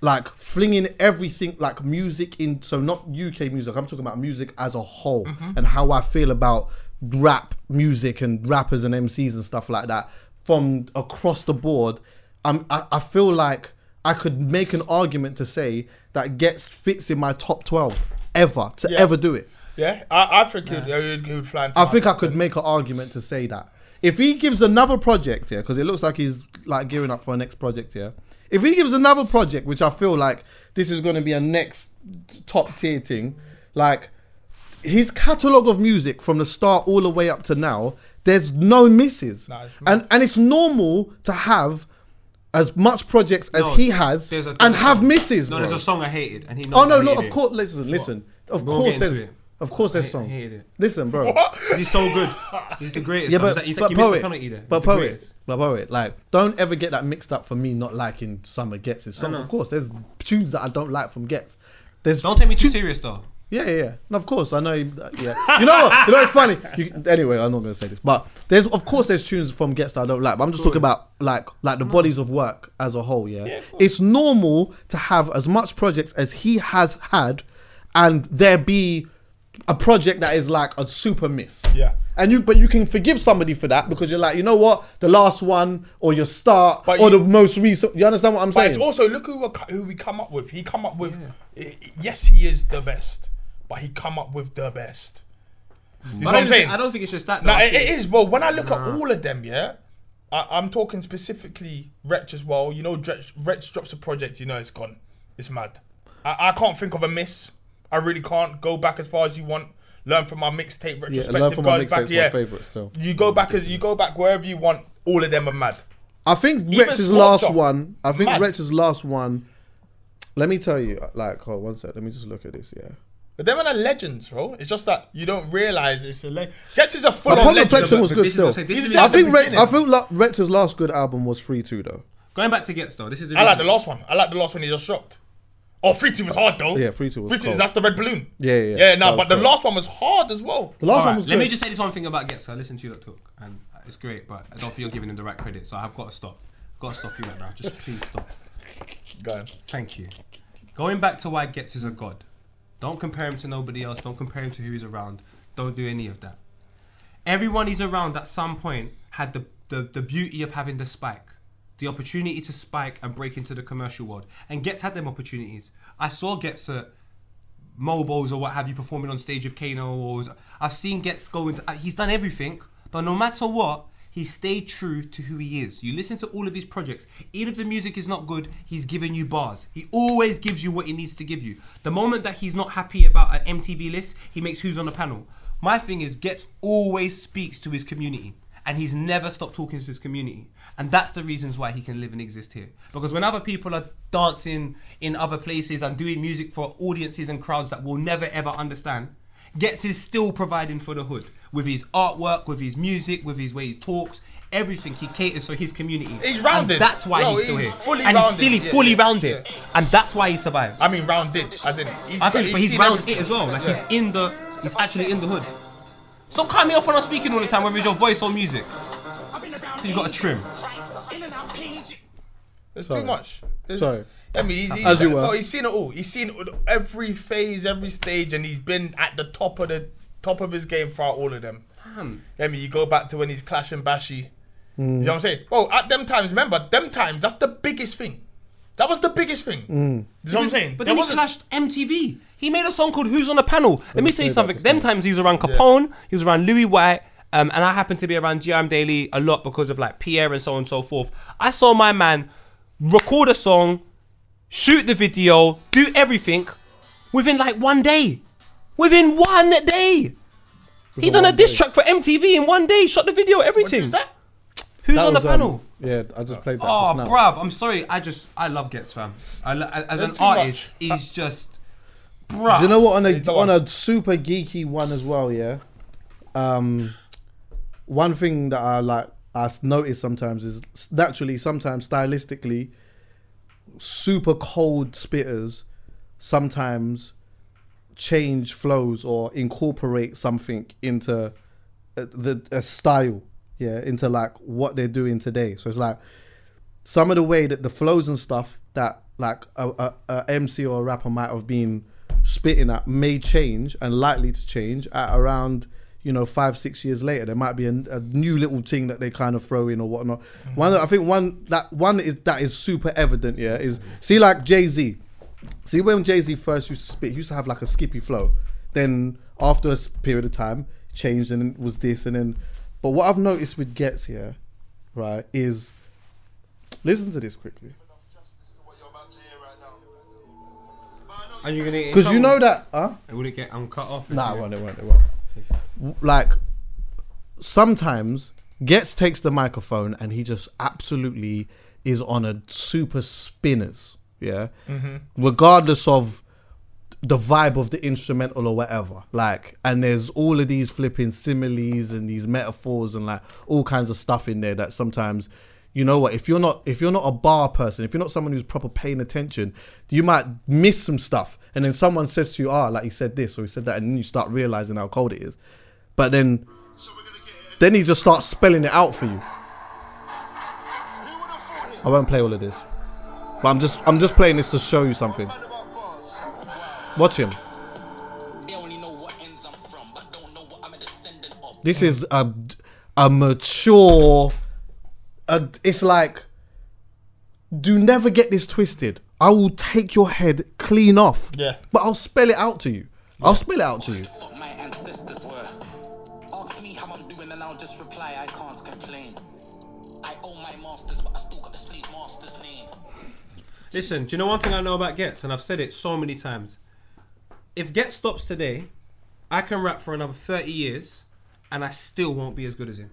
Like flinging everything, like music in. So not UK music. I'm talking about music as a whole
Mm-hmm.
and how I feel about rap music and rappers and MCs and stuff like that from across the board. I'm, I I feel like I could make an argument to say that gets fits in my top twelve ever to
Yeah.
ever do it.
Yeah, I, I think he'd, he'd, he'd fly into
I
that.
think I could make an argument to say that if he gives another project here, because it looks like he's like gearing up for a next project here. If he gives another project, which I feel like this is going to be a next top tier thing, like his catalog of music from the start all the way up to now, there's no misses,
Nah, it's mad.
and and it's normal to have as much projects as
No,
he has
there's a-
and have misses.
No,
bro.
there's a song I hated, and he. Knows
Oh no,
I
no,
hated
of
it.
course. Listen, listen. Of
won't
course,
get into
there's
it.
of course there's
I
songs.
hate it.
Listen, bro.
He's so good. He's the greatest.
Yeah,
fam.
but,
He's like- he's
but
like- he missed the
poet,
penalty there.
but
He's the
poet,
greatest.
but poet. Like, don't ever get that mixed up for me not liking Summer Gets his song. Of course, there's tunes that I don't like from Gets. There's
Don't take me too serious though.
yeah, yeah, yeah. No, of course, I know. you- uh, Yeah, you know, what? you know, it's funny. You, anyway, I'm not gonna say this, but there's, of course, there's tunes from Gets that I don't like. But I'm just talking about like, like
Mm.
the bodies of work as a whole. Yeah, it's normal to have as much projects as he has had, and there be a project that is like a super miss.
Yeah.
and you, but you can forgive somebody for that because you're like, you know what, the last one or your start
But
or
you-
the most recent. You understand what I'm
But
saying?
it's also look who we co- who we come up with. He come up with. i- i- Yes, he is the best, but he come up with the best. You see
I
what I'm
don't,
saying?
think, I don't think it's just that.
No,
though. I
it,
think
it
it's-
is. Well, when I look at all of them, yeah, I, I'm talking specifically Wretch as well. You know, Wretch, Wretch drops a project, you know, it's gone. It's mad. I, I can't think of a miss. I really can't. Go back as far as you want. Learn from my mixtape retrospective.
Learn From My
goes
Mixtape's my favourite still.
You go back as you go back wherever you want. All of them are mad.
I think Wretch's
Scorch
last
Up.
one. I think
Mad.
Wretch's last one. Let me tell you, like, hold one sec. Let me just look at this. Yeah,
But them are the legends, bro. It's just that you don't realize it's a legend. Gets is a full
but
on
Upon
legend.
Reflection
but
was
this
good
is what
still.
I'm saying, this
is
I
at the
think Wretch, I
beginning.
feel like Wretch's last good album was Free Two though.
Going back to Gets though. This is. The
I like the
reason.
last one. I like the last one he just dropped. Oh, 3 2 was hard though.
Yeah, 3-2 was
3-2,
cold.
that's the red balloon.
Yeah, yeah, yeah.
Yeah, no,
That was
but the
cold.
last one was hard as well.
The last one
Alright,
was
let
good.
me just say this one thing about Gets. I listened to you that talk, and it's great, but I don't think you're giving him the right credit. So I've got to stop. Got to stop you right now. Just please stop.
Go on.
Thank you. Going back to why Getz is a god. Don't compare him to nobody else. Don't compare him to who he's around. Don't do any of that. Everyone he's around at some point had the, the, the beauty of having the spike, the opportunity to spike and break into the commercial world. And Gets had them opportunities. I saw Gets at Mobos or what have you performing on stage with Kano. Or I've seen Gets go into. uh, He's done everything, but no matter what, he stayed true to who he is. You listen to all of his projects. Even if the music is not good, he's giving you bars. He always gives you what he needs to give you. The moment that he's not happy about an MTV list, he makes who's on the panel. My thing is, Gets always speaks to his community. And he's never stopped talking to his community. And that's the reasons why he can live and exist here. Because when other people are dancing in other places and doing music for audiences and crowds that will never ever understand, Gets is still providing for the hood with his artwork, with his music, with his way he talks. Everything he caters for his community.
He's rounded.
And that's why
No,
he's still
he's
here.
fully
and
rounded.
he's still
Yeah,
fully
yeah,
rounded.
yeah.
And that's why he survived.
I mean, round did. As in, he's
I
got-
think but he's
seen
round
everything.
it as well. Like he's in the, he's actually in the hood. Stop cutting me off when I'm speaking all the time, whether it's your voice or music. You got a trim.
There's
Sorry.
too much. There's-
Sorry.
I mean, he's, he's,
As you were.
no, he's seen it all. He's seen it- every phase, every stage, and he's been at the top of the top of his game throughout all of them. I mean, you go back to when he's clashing Bashy.
Hmm.
You know what I'm saying? Well, at them times, remember them times. That's the biggest thing. That was the biggest
Hmm.
thing. You know what I'm saying?
But
There
then he
wasn't-
clashed MTV. He made a song called "Who's on the Panel." Let me tell
play
you
that
something. Them times he was around Capone, he was around Louis White, um, and I happened to be around GM Daily a lot because of like Pierre and so on and so forth. I saw my man record a song, shoot the video, do everything within like one day. Within one day, he done a
one
diss
day.
track for MTV in one day. Shot the video, everything.
Is that?
Who's
That
on the
was, um,
panel?
yeah, I just played that.
Oh,
just now.
bruv, I'm sorry. I just, I love Gets, fam. I lo- as an
too
artist, he's just, bruv.
Do you know what? On
It's the
a on
one.
a super geeky one as well, yeah. Um, one thing that I like I s- notice sometimes is s- naturally sometimes stylistically, super cold spitters sometimes change flows or incorporate something into a, the a style, yeah, into like what they're doing today. So it's like some of the way that the flows and stuff that like a, a, a MC or a rapper might have been spitting at may change and likely to change at around you know five six years later there might be a, a new little thing that they kind of throw in or whatnot one that- i think one that one is that is super evident yeah is see like jay-z See, when Jay Z first used to spit, he used to have like a skippy flow. Then after a s- period of time, changed and it was this and then. But what I've noticed with Gets here, right, is listen to this quickly
Are you gonna?
because you know that, huh?
it wouldn't get uncut off.
Nah, it won't. It won't. It won't. W- Like sometimes Gets takes the microphone and he just absolutely is on a super spinners. Yeah. Regardless of the vibe of the instrumental or whatever. Like, and there's all of these flipping similes and these metaphors and like all kinds of stuff in there that sometimes, you know what, if you're not if you're not a bar person, if you're not someone who's proper paying attention, you might miss some stuff. And then someone says to you, ah, like he said this or he said that, and then you start realizing how cold it is. But then then he just starts spelling it out for you. I won't play all of this. But I'm just I'm just playing this to show you something. Watch him.
They only know what ends I'm from, but don't know what I'm a descendant of.
This is a a mature. A, it's like, do never get this twisted. I will take your head clean off.
Yeah.
But I'll spell it out to you. I'll spell it out to you.
Fuck my ancestors were. Ask me how I'm doing and I'll just reply I can't complain. I owe my masters, but I still got the sleep master's name.
Listen, do you know one thing I know about Gets, and I've said it so many times. If Gets stops today, I can rap for another thirty years, and I still won't be as good as him.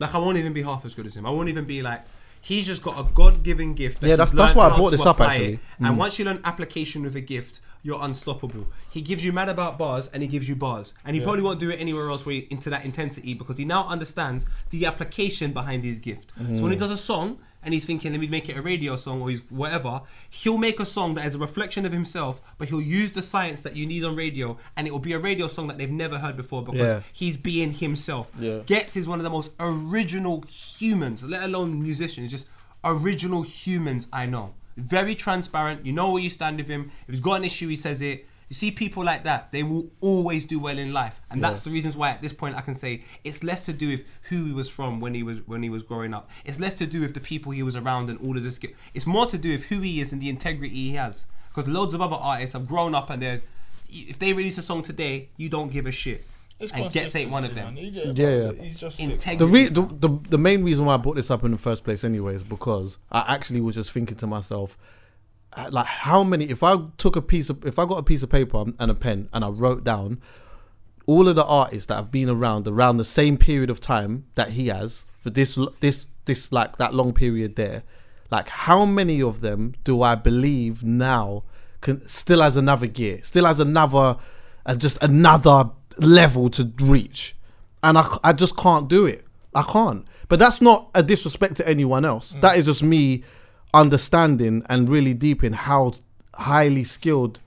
Like I won't even be half as good as him. I won't even be like. He's just got a God-given gift. That
Yeah, that's-
he's
that's
learned
why I
how
brought
to
this up,
apply
actually.
it. And once you learn application with a gift, you're unstoppable. He gives you mad about bars, and he gives you bars, and he probably won't do it anywhere else where he, into that intensity because he now understands the application behind his gift. So when he does a song and he's thinking, let me make it a radio song or he's whatever, he'll make a song that is a reflection of himself, but he'll use the science that you need on radio, and it will be a radio song that they've never heard before because
Yeah.
he's being himself.
Yeah.
Gets is one of the most original humans, let alone musicians, just original humans I know. Very transparent. You know where you stand with him. If he's got an issue, he says it. You see people like that, they will always do well in life, and that's the reasons why at this point I can say it's less to do with who he was from when he was when he was growing up. It's less to do with the people he was around and all of this. ge- It's more to do with who he is and the integrity he has. Because loads of other artists have grown up and they're if they release a song today, you don't give a shit. and Gets ain't one of them.
consistency, man. He
Yeah,
just-
yeah.
He's just sick.
Integrity.
The, re- the, the the main reason why I brought this up in the first place, anyway, is because I actually was just thinking to myself, uh, like, how many? If I took a piece of, if I got a piece of paper and a pen and I wrote down all of the artists that have been around around the same period of time that he has for this l- this this like that long period there, like, how many of them do I believe now can still has another gear, still has another, uh, just another level to reach? and I, c- I just can't do it. I can't. But that's not a disrespect to anyone else. That is just me understanding and really deep in how highly skilled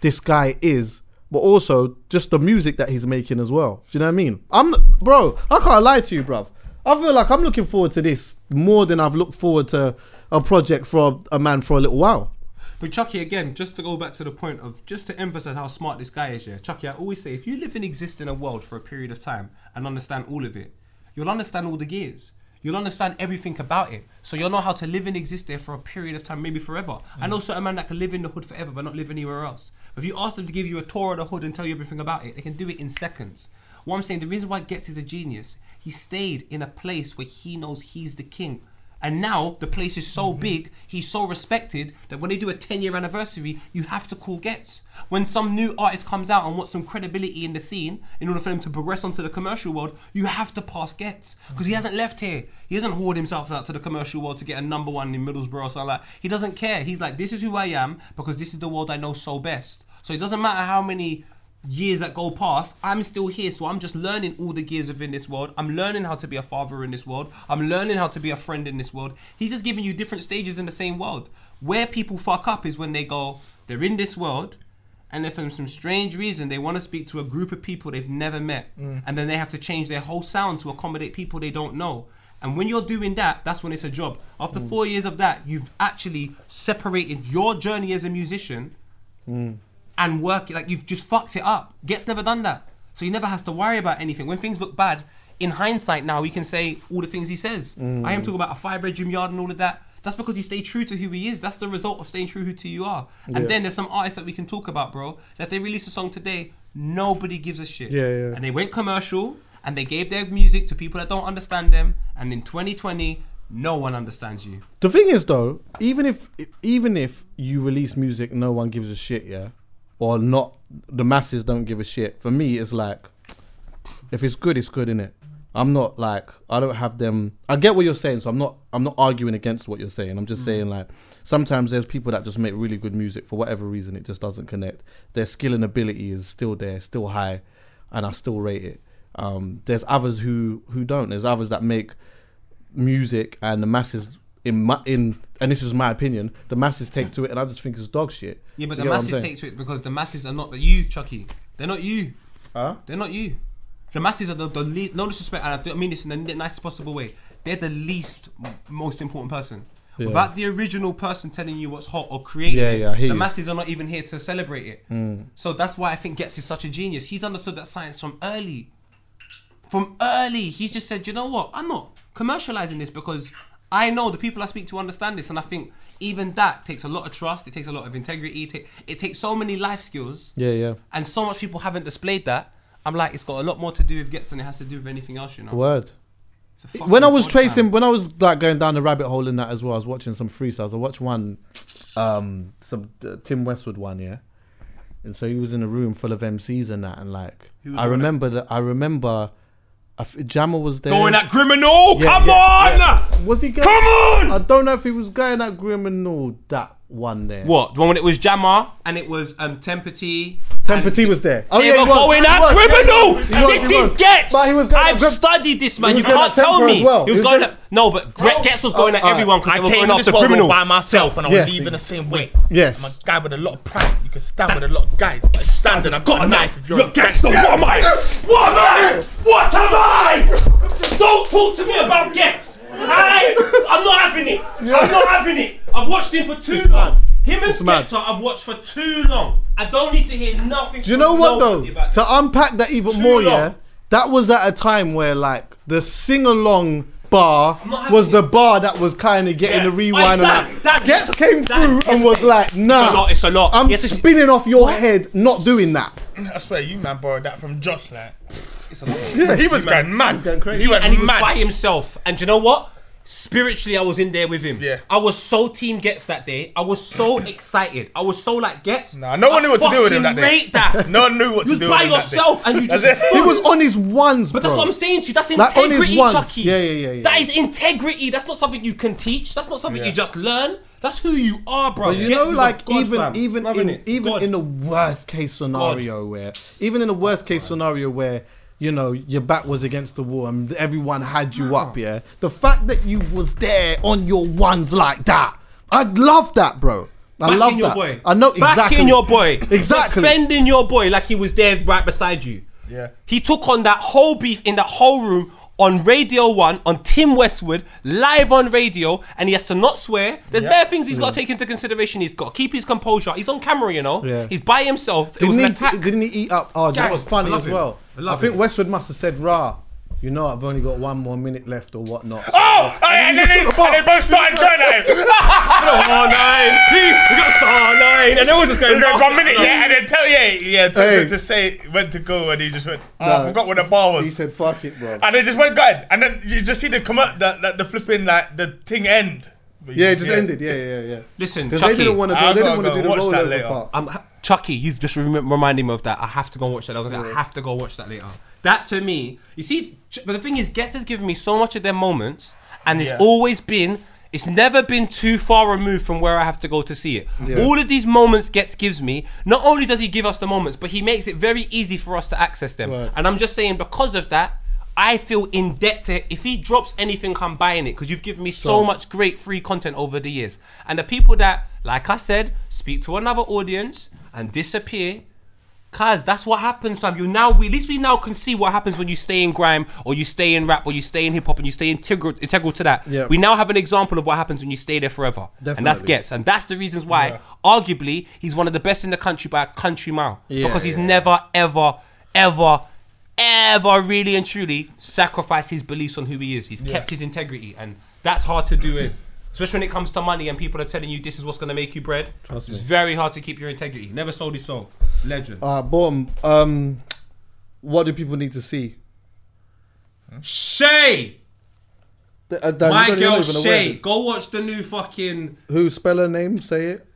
this guy is, but also just the music that he's making as well. Do you know what I mean? I'm bro, I can't lie to you, bruv. I feel like I'm looking forward to this more than I've looked forward to a project for a, a man for a little while.
But Chucky, again, just to go back to the point of just to emphasize how smart this guy is, yeah. Chucky, I always say if you live and exist in a world for a period of time and understand all of it, you'll understand all the gears. You'll understand everything about it. So you'll know how to live and exist there for a period of time, maybe forever. I know certain man that can live in the hood forever but not live anywhere else. But if you ask them to give you a tour of the hood and tell you everything about it, they can do it in seconds. What I'm saying, the reason why Getz is a genius, he stayed in a place where he knows he's the king. And now the place is so big, he's so respected that when they do a 10 year anniversary, you have to call Gets. When some new artist comes out and wants some credibility in the scene, in order for them to progress onto the commercial world, you have to pass Gets. Because he hasn't left here. He hasn't hoard himself out to the commercial world to get a number one in Middlesbrough or something like He doesn't care. He's like, this is who I am because this is the world I know so best. So it doesn't matter how many years that go past, I'm still here. So I'm just learning all the gears within this world. I'm learning how to be a father in this world. I'm learning how to be a friend in this world. He's just giving you different stages in the same world. Where people fuck up is when they go, they're in this world, and then for some strange reason, they want to speak to a group of people they've never met. And then they have to change their whole sound to accommodate people they don't know. And when you're doing that, that's when it's a job. After four years of that, you've actually separated your journey as a musician and work it. Like you've just fucked it up. Gets never done that, so he never has to worry about anything. When things look bad, in hindsight now he can say all the things he says.
Mm.
I am talking about a five-bedroom yard and all of that. That's because he stayed true to who he is. That's the result of staying true who to you are. And then there's some artists that we can talk about, bro. That they release a song today, nobody gives a shit.
Yeah, yeah.
And they went commercial and they gave their music to people that don't understand them. And in 2020, no one understands you.
The thing is, though, even if even if you release music, no one gives a shit, yeah, or not, the masses don't give a shit. For me, it's like, if it's good, it's good, innit? I'm not like I don't have them. I get what you're saying, so I'm not I'm not arguing against what you're saying. I'm just
Mm.
saying like sometimes there's people that just make really good music for whatever reason it just doesn't connect. Their skill and ability is still there, still high, and I still rate it. Um, there's others who who don't. There's others that make music and the masses in my, in and this is my opinion the masses take to it and i just think it's dog shit
Yeah,
Do you
but the
get what I'm
masses
saying?
take to it because the masses are not the you, Chucky. They're not you.
Huh?
They're not you. The masses are the, the least. No disrespect, and I do- I mean this in the nicest possible way. They're the least m- most important person.
Yeah.
Without the original person telling you what's hot or creating,
Yeah,
it,
yeah, I hear you.
the
Mm.
masses are not even here to celebrate it. So that's why I think Getz is such a genius. He's understood that science from early. From early, he's just said, you know what? I'm not commercializing this because I know the people I speak to understand this, and I think even that takes a lot of trust. It takes a lot of integrity. It, ta- it takes so many life skills
yeah yeah
and so much people haven't displayed that. I'm like, it's got a lot more to do with gets than it has to do with anything else, you know.
word
It's a fucking
when I was
god,
tracing,
man.
when I was like going down the rabbit hole in that as well, I was watching some freestyles. I watched one, um, some uh, Tim Westwood one, yeah. And so he was in a room full of MCs and that, and like I remember that. I remember, I f- Jammer was there.
going at criminal,
Yeah,
come
yeah,
on!
yeah. Was he? Going,
Come on!
I don't know if he was going at Grim and all that one there.
What? The one when it was Jammer and it was um Tempety.
Temper T was there. Oh
They were
he was.
going
He
at
was, yeah,
criminal.
he was, he
this
was.
is Gets.
But he was going at
I've
Grim-
studied this man.
was
You
going
can't
at
tell
Temper
me.
as well.
He
He
was,
was
going.
going-
At, no, but Gre- Gets was going at
oh,
everyone because
I
they were
came
going
in this
after
world all
criminal.
by myself and I
Yes.
was leaving the same way.
Yes.
I'm a guy with a lot of pride. You can stand with a lot of guys. But I stand and I got a knife if you're a gangster. What am I?
What am I? What am I? Don't talk to me about Gets. I, I'm not having it. I'm not having it. I've watched him for too long. Him and
It's mad.
Skepta I've watched for too long. I don't need to hear nothing.
Do you know what though?
About
To unpack that even
Too
more,
long.
yeah, that was at a time where like the sing along bar
not having
was the
it.
bar that was kind of getting the rewind
Like, that-
and that.
that-
Gets came
that
through
is
and was
it.
like, nah,
lot, it's a lot.
I'm
Yes, it's-
spinning off your head, not doing that.
I swear, you man borrowed that from Josh. Like
it's a lot.
he was going mad. He was
going crazy.
He went
and he was
mad.
by himself. And do you know what? Spiritually, I was in there with him.
Yeah.
I was so team gets that day. I was so excited. I was so like gets.
Nah, no one
I
knew what to do with him that
fucking
day.
Rate that.
No one knew what
You was
to do.
by
with him that day.
yourself and you
That's
just
it.
He was on his ones,
But
bro.
that's what I'm saying to you. That's
Like, on his
integrity,
ones.
Chucky.
Yeah, yeah, yeah, yeah.
That is integrity. That's not something you can teach. That's not something
Yeah.
you just learn. That's who you are, bro.
But you
Gets
know,
is a
like
god,
even
fam.
even
Loving
in,
it.
even
God. Oh
in the worst case scenario where even in the worst case scenario where you know your back was against the wall and everyone had you up, yeah. The fact that you was there on your ones like that, I love that, bro. I
Backing
love
your
that.
boy.
I know exactly.
Backing your boy.
Exactly.
Defending your boy like he was there right beside you.
Yeah.
He took on that whole beef in that whole room on Radio 1, on Tim Westwood, live on radio, and he has to not swear. There's
Yeah.
bare things he's got to take into consideration. He's got to keep his composure. He's on camera, you know.
Yeah.
He's by himself. It was
Didn't
an
he,
attack.
didn't he eat up? Oh, that
Gang.
was funny
I love
as
him.
well.
I
I,
love
think
him.
Westwood must have said, "Rah, you know, I've only got one more minute left or whatnot."
Ah,
Oh, and then, they, and they both started going at him.
Star nine, please, we got star nine, and everyone's just going.
He goes,
"No,
one minute,
no."
yeah, and then tell yeah, yeah, to,
Hey.
to say when to go, and he just went. Oh,
No.
I forgot where the bar was.
He said, "Fuck it, bro."
and they just went going, and then you just see the come up, the, the, the flipping like the thing end. But you
Yeah, it just
see
ended. Yeah, yeah, yeah.
Listen,
Because they
Chucky.
didn't want to go.
I'll
They
go-
didn't want to
go
do the
watch that
rollover
later.
part.
I'm Chucky. You've just rem- reminded me of that. I have to go and watch that. I was like, I have to go watch that later. That to me, you see. Ch- But the thing is, Guess has given me so much of their moments, and it's
Yeah.
always been. It's never been too far removed from where I have to go to see it. All of these moments Gets gives me, not only does he give us the moments, but he makes it very easy for us to access them.
Right.
And I'm just saying, because of that, I feel in debt to If he drops anything, I'm buying it because you've given me so
Sure.
much great free content over the years. And the people that, like I said, speak to another audience and disappear. Cause that's what happens, fam. You now, we, at least we now can see what happens when you stay in grime, or you stay in rap, or you stay in hip hop, and you stay integral, integral to that.
Yeah.
We now have an example of what happens when you stay there forever, and that's
Definitely.
gets, and that's the reasons why, arguably, he's one of the best in the country by a country mile,
Yeah,
because he's
yeah.
never, ever, ever, ever really and truly sacrificed his beliefs on who he is. He's kept his integrity, and that's hard to do it. Especially when it comes to money and people are telling you this is what's going to make you bread.
Trust
it's
me.
very hard to keep your integrity. Never sold his soul. Legend.
Uh, bottom. Um, what do people need to see?
Shay!
Th- uh, Dan,
My
you don't- you're
girl
Uh, not even aware
Shay.
of
Go watch the new fucking.
this. Who spell her name? Say it.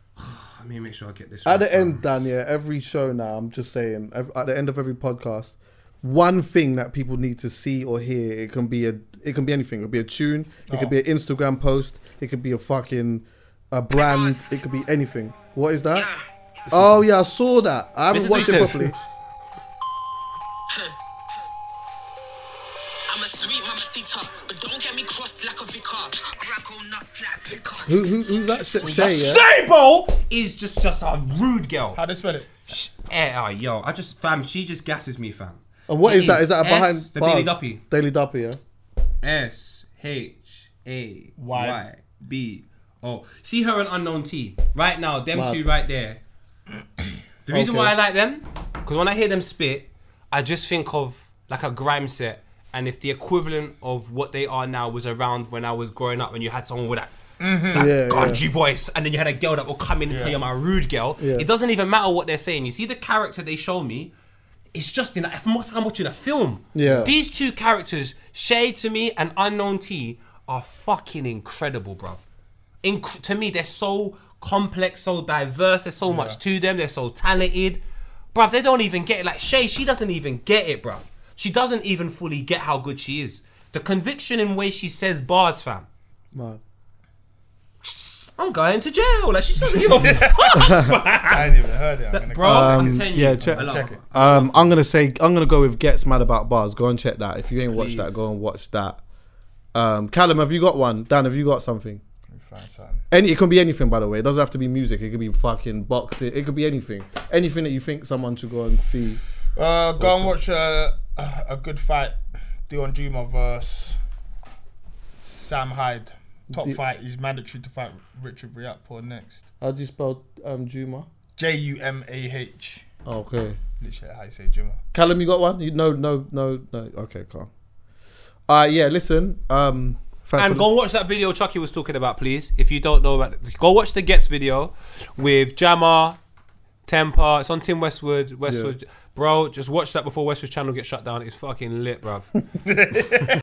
Let me make sure I get this
At
right.
the end, Dan. Yeah, every show now. I'm just saying. ev- At the end of every podcast, one thing that people need to see or hear. It can be a. It can be anything. It could be a tune. It could
Oh.
be an Instagram post. It could be a fucking, a brand. It could be anything. What is that? Oh yeah, I saw that. I haven't
Mr.
watched it
Jesus.
properly.
I'm a sweet mamacita, but don't get me crossed like a vicar. Crackle nuts like vicar.
Who, who, who's that? Sh- Shay. Yeah.
Sable is just just a rude girl.
How they spell it?
Sh- eh, ah, yo, I just fam. She just gasses me, fam.
And what
It
is that? Is that a
S,
behind
the Daily
bars?
Duppy?
Daily Duppy, yeah.
S H A Y
Y.
B O. See her and Unknown T right now. Them
Mad.
two right there. The reason
Okay.
why I like them, because when I hear them spit, I just think of like a grime set, and if the equivalent of what they are now was around when I was growing up, and you had someone with that
Mm-hmm. yeah, yeah.
grungy voice, and then you had a girl that will come in and tell you I'm a rude girl.
Yeah.
It doesn't even matter what they're saying. You see the character they show me, it's just in. If I'm watching- I'm watching a film.
Yeah.
These two characters, Shade to me and Unknown T, are fucking incredible, bruv. Inc- to me, they're so complex, so diverse. There's so much to them. They're so talented, bruv. They don't even get it. Like Shay, she doesn't even get it, bruv. She doesn't even fully get how good she is. The conviction in way she says bars, fam.
Man.
I'm going to jail. Like she doesn't give a fuck,
I ain't even heard it. I'm gonna
bro.
Um,
I'm telling you,
yeah, check-
I love
check
her.
it.
Um, I'm gonna say I'm gonna go with Gets Mad About Bars. Go and check that. If you ain't watched that,
Please.
go and watch that. Um, Callum, have you got one? Dan, have you got something?
find something.
Any, it can be anything, by the way. It doesn't have to be music. It could be fucking boxing. It could be anything. Anything that you think someone should go and see.
Uh, go and watch uh, a good fight. Dion Juma versus Sam Hyde. Top
The-
fight. He's mandatory to fight Richard Riakpo next.
How do you spell um, Juma?
J U M A H.
Okay.
Literally how you say Juma.
Callum, you got one? You, no, no, no, no. Okay, calm. Uh, yeah, listen. Um, thanks
And
for
go watch that video Chucky was talking about, please. If you don't know about it, go watch the Gets video with Jammer, Temper. It's on Tim Westwood. Westwood, bro. Just watch that before Westwood Channel gets shut down. It's fucking lit, bruv.